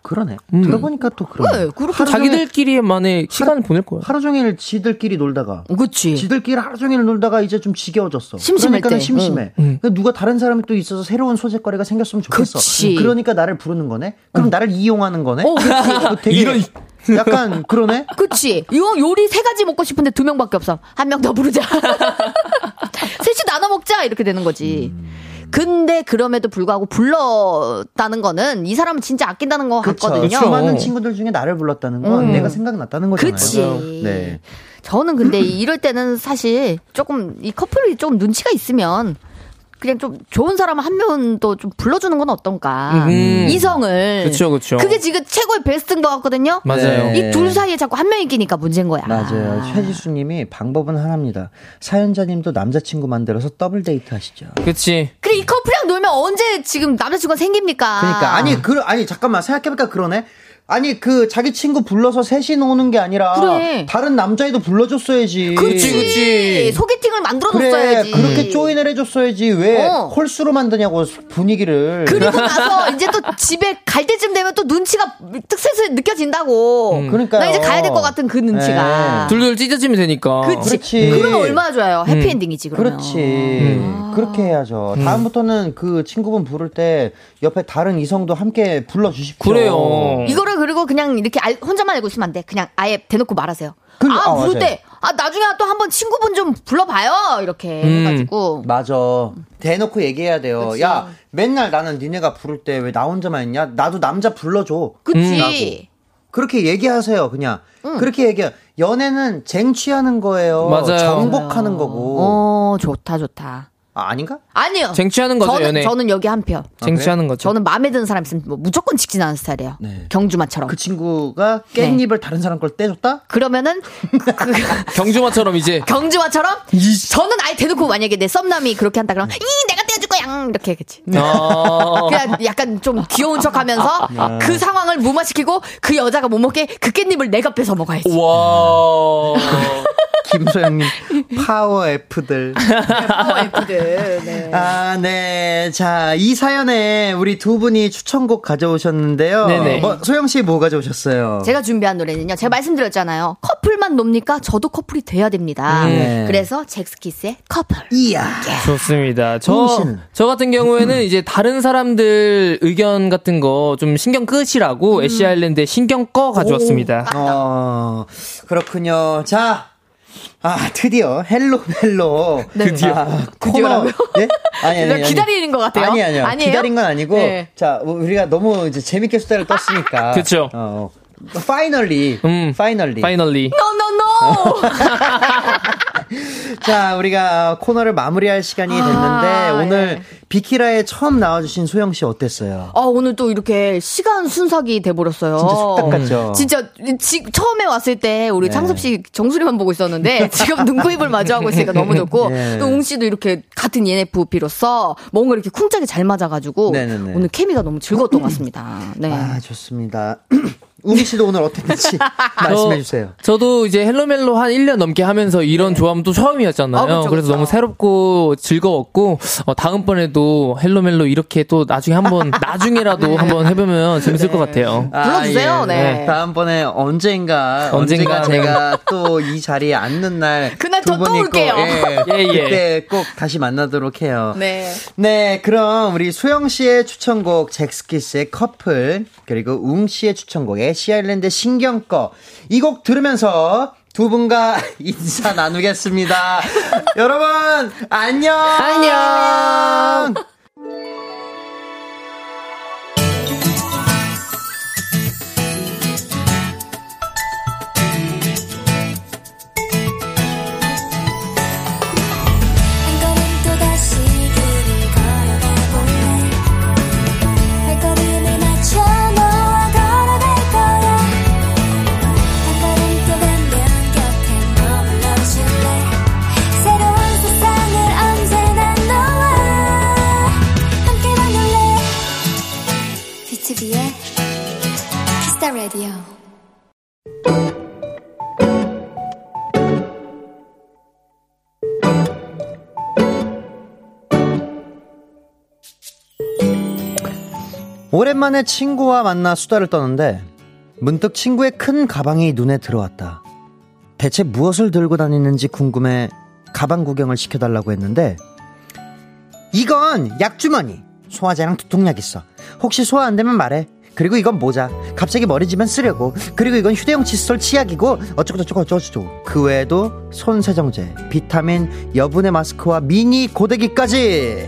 [SPEAKER 2] 그러네. 들어보니까 또 그러네.
[SPEAKER 1] 왜? 아, 그렇게
[SPEAKER 2] 하루 종일-
[SPEAKER 4] 자기들끼리만의 시간을
[SPEAKER 1] 그
[SPEAKER 4] 보낼 거야.
[SPEAKER 1] 아,
[SPEAKER 2] 하루 종일 지들끼리 놀다가
[SPEAKER 1] 네. 그치.
[SPEAKER 2] 지들끼리 하루 종일 놀다가 이제 좀
[SPEAKER 1] 예.
[SPEAKER 2] 지겨워졌어.
[SPEAKER 1] 심심할
[SPEAKER 2] 그러니까
[SPEAKER 1] 때.
[SPEAKER 2] 심심해. 그러니까 누가 다른 사람이 또 있어서 새로운 소재거리가 생겼으면 좋겠어.
[SPEAKER 1] 그치.
[SPEAKER 2] 러니까 나를 부르는 거네. 그럼 나를 이용하는 거네. 어, 되게
[SPEAKER 4] 이런-
[SPEAKER 2] 약간 그러네.
[SPEAKER 1] 그치. 요 요리 세 가지 먹고 싶은데 두 명밖에 없어. 한 명 더 부르자. 셋이 나눠 먹자 이렇게 되는 거지. 근데 그럼에도 불구하고 불렀다는 거는 이 사람은 진짜 아낀다는 거 같거든요.
[SPEAKER 4] 그쵸.
[SPEAKER 2] 수많은 친구들 중에 나를 불렀다는 건 내가 생각났다는 거잖아요.
[SPEAKER 1] 그치.
[SPEAKER 2] 네.
[SPEAKER 1] 저는 근데 이- 이럴 때는 사실 조금 이 커플이 좀 눈치가 있으면 그냥 좀 좋은 사람 한 명도 좀 불러주는 건 어떤가.
[SPEAKER 4] 음.
[SPEAKER 1] 이성을.
[SPEAKER 4] 그쵸, 그쵸.
[SPEAKER 1] 네. 그게 지금 최고의 베스트인 것 같거든요.
[SPEAKER 4] 맞아요.
[SPEAKER 2] 네.
[SPEAKER 1] 이 둘 사이에 자꾸 한 명이 끼니까 문제인 거야.
[SPEAKER 2] 맞아요. 최지수님이 방법은 하나입니다. 사연자님도 남자친구 만들어서 더블 데이트 하시죠.
[SPEAKER 4] 그치.
[SPEAKER 1] 그래 이 커플이랑 놀면 언제 지금 남자친구가 생깁니까?
[SPEAKER 2] 그러니까 아니 그 아니 잠깐만 생각해보니까 그러네. 아니 그 자기 친구 불러서 셋이 노는 게 아니라
[SPEAKER 1] 그래.
[SPEAKER 2] 다른 남자애도 불러줬어야지.
[SPEAKER 1] 그치,
[SPEAKER 4] 그치.
[SPEAKER 1] 소개팅을 만들어
[SPEAKER 2] 그래
[SPEAKER 1] 놨어야지.
[SPEAKER 2] 그렇게 조인을 해줬어야지 왜
[SPEAKER 1] 어. 그러니까.
[SPEAKER 2] 홀수로 만드냐고 분위기를.
[SPEAKER 1] 리고 나서 이제 또 집에 갈 때쯤 되면 또 눈치가 특세서 느껴진다고.
[SPEAKER 2] 음, 그러니까요. 네.
[SPEAKER 1] 나 이제 가야 될 것 같은 그 눈치가.
[SPEAKER 4] 둘둘 찢어지면 되니까.
[SPEAKER 1] 그치.
[SPEAKER 2] 그렇지.
[SPEAKER 1] 그러면 얼마나 좋아요. 해피엔딩이지 그러면.
[SPEAKER 2] 그렇지.
[SPEAKER 1] 음.
[SPEAKER 2] 그렇게 해야죠. 다음부터는 그 친구분 부를 때 옆에 다른 이성도 함께 불러주십시오.
[SPEAKER 4] 그래요.
[SPEAKER 1] 이거를 그리고 그냥 이렇게 알- 혼자만 알고 있으면 안 돼. 그냥 아예 대놓고 말하세요.
[SPEAKER 2] 그-
[SPEAKER 1] 아,
[SPEAKER 2] 아,
[SPEAKER 1] 부를
[SPEAKER 2] 맞아요.
[SPEAKER 1] 때. 아, 나중에 또 한번 친구분 좀 불러봐요. 이렇게
[SPEAKER 4] 음.
[SPEAKER 1] 해가지고.
[SPEAKER 2] 맞아. 대놓고 얘기해야 돼요. 야, 맨날 나는 니네가 부를 때 왜 나 혼자만 있냐? 나도 남자 불러줘.
[SPEAKER 4] 음.
[SPEAKER 1] 그치.
[SPEAKER 2] 그렇게 얘기하세요, 그냥. 그렇게 얘기해. 연애는 쟁취하는 거예요.
[SPEAKER 4] 맞아요.
[SPEAKER 2] 정복하는 거고.
[SPEAKER 1] 어, 좋다, 좋다.
[SPEAKER 2] 아, 아닌가?
[SPEAKER 1] 아니요.
[SPEAKER 4] 쟁취하는 거죠,
[SPEAKER 1] 저는,
[SPEAKER 4] 연애.
[SPEAKER 1] 저는 여기 한 표.
[SPEAKER 4] 쟁취하는 거죠.
[SPEAKER 1] 저는 마음에 드는 사람 있으면 뭐 무조건 직진하는 스타일이에요.
[SPEAKER 4] 네.
[SPEAKER 1] 경주마처럼.
[SPEAKER 2] 그 친구가
[SPEAKER 1] 네.
[SPEAKER 2] 깻잎을 다른 사람 걸 떼줬다?
[SPEAKER 1] 그러면은
[SPEAKER 4] 경주마처럼 이제
[SPEAKER 1] 경주마처럼 저는 아예 대놓고 만약에 내 썸남이 그렇게 한다 그러면 이 내가 떼어줄 거야 음, 이렇게 하겠지.
[SPEAKER 4] 어,
[SPEAKER 1] 그냥 약간 좀 귀여운 척하면서
[SPEAKER 4] 아. 네.
[SPEAKER 1] 그 상황을 무마시키고 그 여자가 못 먹게 그 깻잎을 내가 뺏어 먹어야지.
[SPEAKER 4] 와.
[SPEAKER 2] 김소영님, 파워 F들.
[SPEAKER 1] 와이프들. 네.
[SPEAKER 2] 아, 네. 자, 이 사연에 우리 두 분이 추천곡 가져오셨는데요.
[SPEAKER 4] 네네.
[SPEAKER 2] 뭐, 소영 씨 뭐 가져오셨어요?
[SPEAKER 1] 제가 준비한 노래는요. 제가 말씀드렸잖아요. 커플만 놉니까? 저도 커플이 돼야 됩니다.
[SPEAKER 2] 네.
[SPEAKER 1] 그래서 잭스키스의 커플.
[SPEAKER 2] 이야.
[SPEAKER 4] 좋습니다. 저,
[SPEAKER 2] 홍우 씨는?
[SPEAKER 4] 저 같은
[SPEAKER 2] 음.
[SPEAKER 4] 경우에는 이제 다른 사람들 의견 같은 거 좀 신경
[SPEAKER 2] 음.
[SPEAKER 4] 끄시라고 애쉬 아일랜드에 신경 꺼 가져왔습니다.
[SPEAKER 2] 어, 그렇군요. 자. 아, 드디어 헬로 멜로. 아, 드디어.
[SPEAKER 1] 드디어라고요?
[SPEAKER 2] 예? 아니, 아니, 아니.
[SPEAKER 1] 네. 기다리는 것 같아요.
[SPEAKER 2] 아니, 아니요.
[SPEAKER 1] 아니에요?
[SPEAKER 2] 기다린 건 아니고.
[SPEAKER 1] 네.
[SPEAKER 2] 자, 우리가 너무 이제 재밌게 수다를 떴으니까.
[SPEAKER 4] 그쵸.
[SPEAKER 2] 어. 파이널리.
[SPEAKER 4] 음.
[SPEAKER 2] 파이널리.
[SPEAKER 4] 파이널리.
[SPEAKER 1] 노노노.
[SPEAKER 2] 자, 우리가 코너를 마무리할 시간이 됐는데
[SPEAKER 1] 아,
[SPEAKER 2] 오늘 비키라에 처음 나와 주신 소영 씨 어땠어요?
[SPEAKER 1] 아 오늘 또 이렇게 시간 순삭이 돼버렸어요. 음.
[SPEAKER 2] 진짜 숙딱 같죠? 네.
[SPEAKER 1] 진짜 지- 처음에 왔을 때 우리 창섭 씨 정수리만 보고 있었는데 지금 눈코입을 마주하고 있으니까 너무 좋고
[SPEAKER 2] 네.
[SPEAKER 1] 또 웅 씨도 이렇게 같은 ENFP로서 뭔가 이렇게 쿵짝이 잘 맞아가지고
[SPEAKER 2] 네네네.
[SPEAKER 1] 오늘 케미가 너무 즐거웠던 것 같습니다. 네.
[SPEAKER 2] 아, 좋습니다. 우미 씨도 오늘 어땠는지 말씀해 주세요. 네.
[SPEAKER 4] 저도 이제 헬로멜로 한 1년 넘게 하면서 이런 조합은 또 처음이었잖아요.
[SPEAKER 1] 아, 그쵸,
[SPEAKER 4] 그래서
[SPEAKER 1] 그쵸.
[SPEAKER 4] 너무 새롭고 즐거웠고, 어, 다음번에도 헬로멜로 이렇게 또 나중에 한번, 나중에라도 한번 해보면 재밌을 것 같아요.
[SPEAKER 2] 아,
[SPEAKER 1] 불러주세요. 네.
[SPEAKER 2] 다음번에 언젠가 언젠가
[SPEAKER 4] 언젠가
[SPEAKER 2] 제가 또 이 자리에 앉는 날
[SPEAKER 1] 그날
[SPEAKER 2] 두
[SPEAKER 1] 저또
[SPEAKER 2] 분이 꼭,
[SPEAKER 1] 올게요.
[SPEAKER 2] 예,
[SPEAKER 4] 예, 예.
[SPEAKER 2] 그때 꼭 다시 만나도록 해요.
[SPEAKER 1] 네.
[SPEAKER 2] 네, 그럼 우리 소영 씨의 추천곡 잭스키스의 커플 그리고 웅 씨의 추천곡의 시아일랜드 신경꺼 이 곡 들으면서 두 분과 인사 나누겠습니다. 여러분 안녕. 안녕.
[SPEAKER 8] 한 걸음 또다시 길을 걸어가볼래 발걸음을 맞춰 너와 걸어갈 거야 한 걸음 또 가면 곁에 머물러줄래 새로운 세상을 언제나 너와 함께 만들래 B2B의 키스타 라디오
[SPEAKER 2] 오랜만에 친구와 만나 수다를 떠는데 문득 친구의 큰 가방이 눈에 들어왔다. 대체 무엇을 들고 다니는지 궁금해 가방 구경을 시켜달라고 했는데 이건 약주머니 소화제랑 두통약 있어 혹시 소화 안 되면 말해 그리고 이건 모자 갑자기 머리지면 쓰려고 그리고 이건 휴대용 칫솔 치약이고 어쩌고저쩌고 어쩌고저쩌고 그 외에도 손 세정제 비타민 여분의 마스크와 미니 고데기까지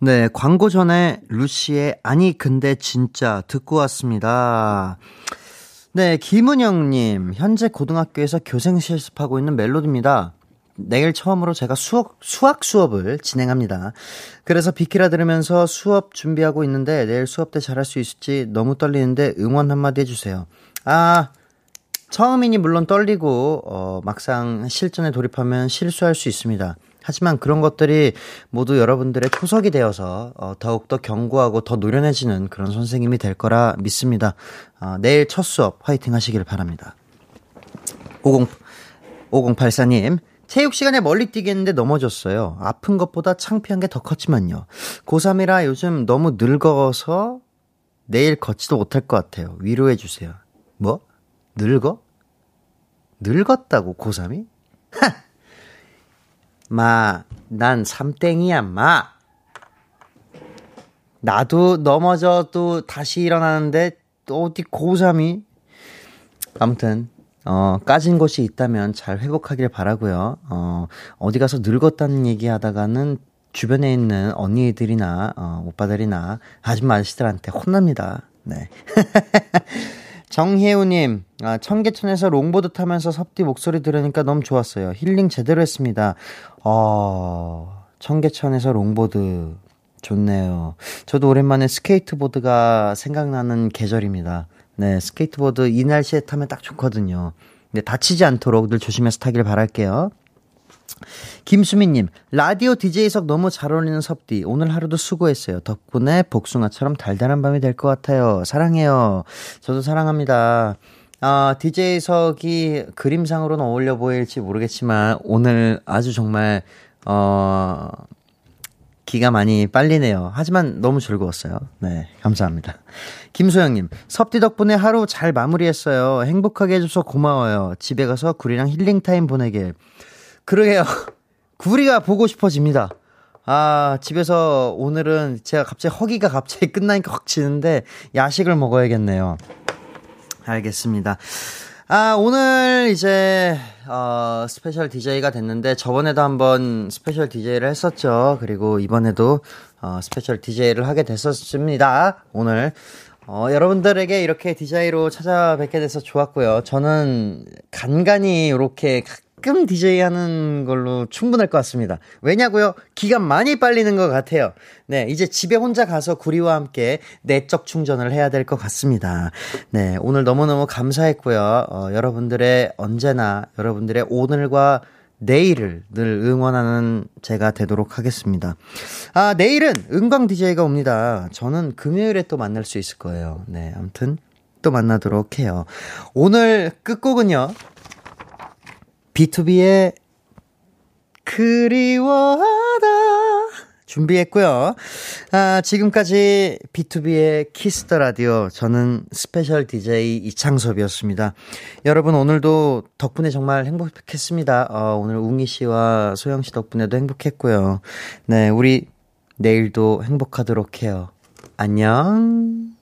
[SPEAKER 2] 네, 광고 전에 루시의 아니 근데 진짜 듣고 왔습니다. 네, 김은영님 현재 고등학교에서 교생 실습하고 있는 멜로디입니다. 내일 처음으로 제가 수학, 수학 수업을 진행합니다. 그래서 비키라 들으면서 수업 준비하고 있는데 내일 수업 때 잘할 수 있을지 너무 떨리는데 응원 한마디 해주세요. 아, 처음이니 물론 떨리고 어, 막상 실전에 돌입하면 실수할 수 있습니다. 하지만 그런 것들이 모두 여러분들의 초석이 되어서 어, 더욱더 견고하고 더 노련해지는 그런 선생님이 될 거라 믿습니다. 어, 내일 첫 수업 화이팅 하시길 바랍니다. 50, 5084님. 체육 시간에 멀리 뛰겠는데 넘어졌어요. 아픈 것보다 창피한 게 더 컸지만요. 고3이라 요즘 너무 늙어서 내일 걷지도 못할 것 같아요. 위로해 주세요. 뭐? 늙어? 늙었다고 고3이? 마, 난 삼땡이야, 마. 나도 넘어져 또 다시 일어나는데 또 어디 고3이? 아무튼 어, 까진 곳이 있다면 잘 회복하길 바라고요. 어, 어디 가서 늙었다는 얘기하다가는 주변에 있는 언니들이나 어, 오빠들이나 아줌마 아저씨들한테 혼납니다. 네. 정혜우님, 아, 청계천에서 롱보드 타면서 섭디 목소리 들으니까 너무 좋았어요. 힐링 제대로 했습니다. 어, 청계천에서 롱보드. 좋네요. 저도 오랜만에 스케이트보드가 생각나는 계절입니다. 네, 스케이트보드 이 날씨에 타면 딱 좋거든요. 근데 다치지 않도록 늘 조심해서 타길 바랄게요. 김수민님, 라디오 DJ석 너무 잘 어울리는 섭디. 오늘 하루도 수고했어요. 덕분에 복숭아처럼 달달한 밤이 될 것 같아요. 사랑해요. 저도 사랑합니다. 아, DJ석이 그림상으로는 어울려 보일지 모르겠지만, 오늘 아주 정말, 어, 기가 많이 빨리네요. 하지만 너무 즐거웠어요. 네, 감사합니다. 김소영님, 섭디 덕분에 하루 잘 마무리했어요. 행복하게 해줘서 고마워요. 집에 가서 구리랑 힐링타임 보내길. 그러게요. 구리가 보고 싶어집니다. 아, 집에서 오늘은 제가 갑자기 허기가 갑자기 끝나니까 확 지는데 야식을 먹어야겠네요. 알겠습니다. 아, 오늘 이제, 어, 스페셜 DJ가 됐는데 저번에도 한번 스페셜 DJ를 했었죠. 그리고 이번에도, 어, 스페셜 DJ를 하게 됐었습니다. 오늘. 어, 여러분들에게 이렇게 DJ로 찾아뵙게 돼서 좋았고요. 저는 간간히 이렇게 가끔 DJ 하는 걸로 충분할 것 같습니다. 왜냐고요? 기간 많이 빨리는 것 같아요. 네, 이제 집에 혼자 가서 구리와 함께 내적 충전을 해야 될 것 같습니다. 네, 오늘 너무너무 감사했고요. 어, 여러분들의 언제나 여러분들의 오늘과 내일을 늘 응원하는 제가 되도록 하겠습니다. 아, 내일은 은광 DJ가 옵니다. 저는 금요일에 또 만날 수 있을 거예요. 네, 아무튼 또 만나도록 해요. 오늘 끝곡은요. B2B의 그리워하다 준비했고요. 아, 지금까지 B2B의 키스터 라디오 저는 스페셜 DJ 이창섭이었습니다. 여러분 오늘도 덕분에 정말 행복했습니다. 어, 오늘 웅이 씨와 소영 씨 덕분에도 행복했고요. 네, 우리 내일도 행복하도록 해요. 안녕.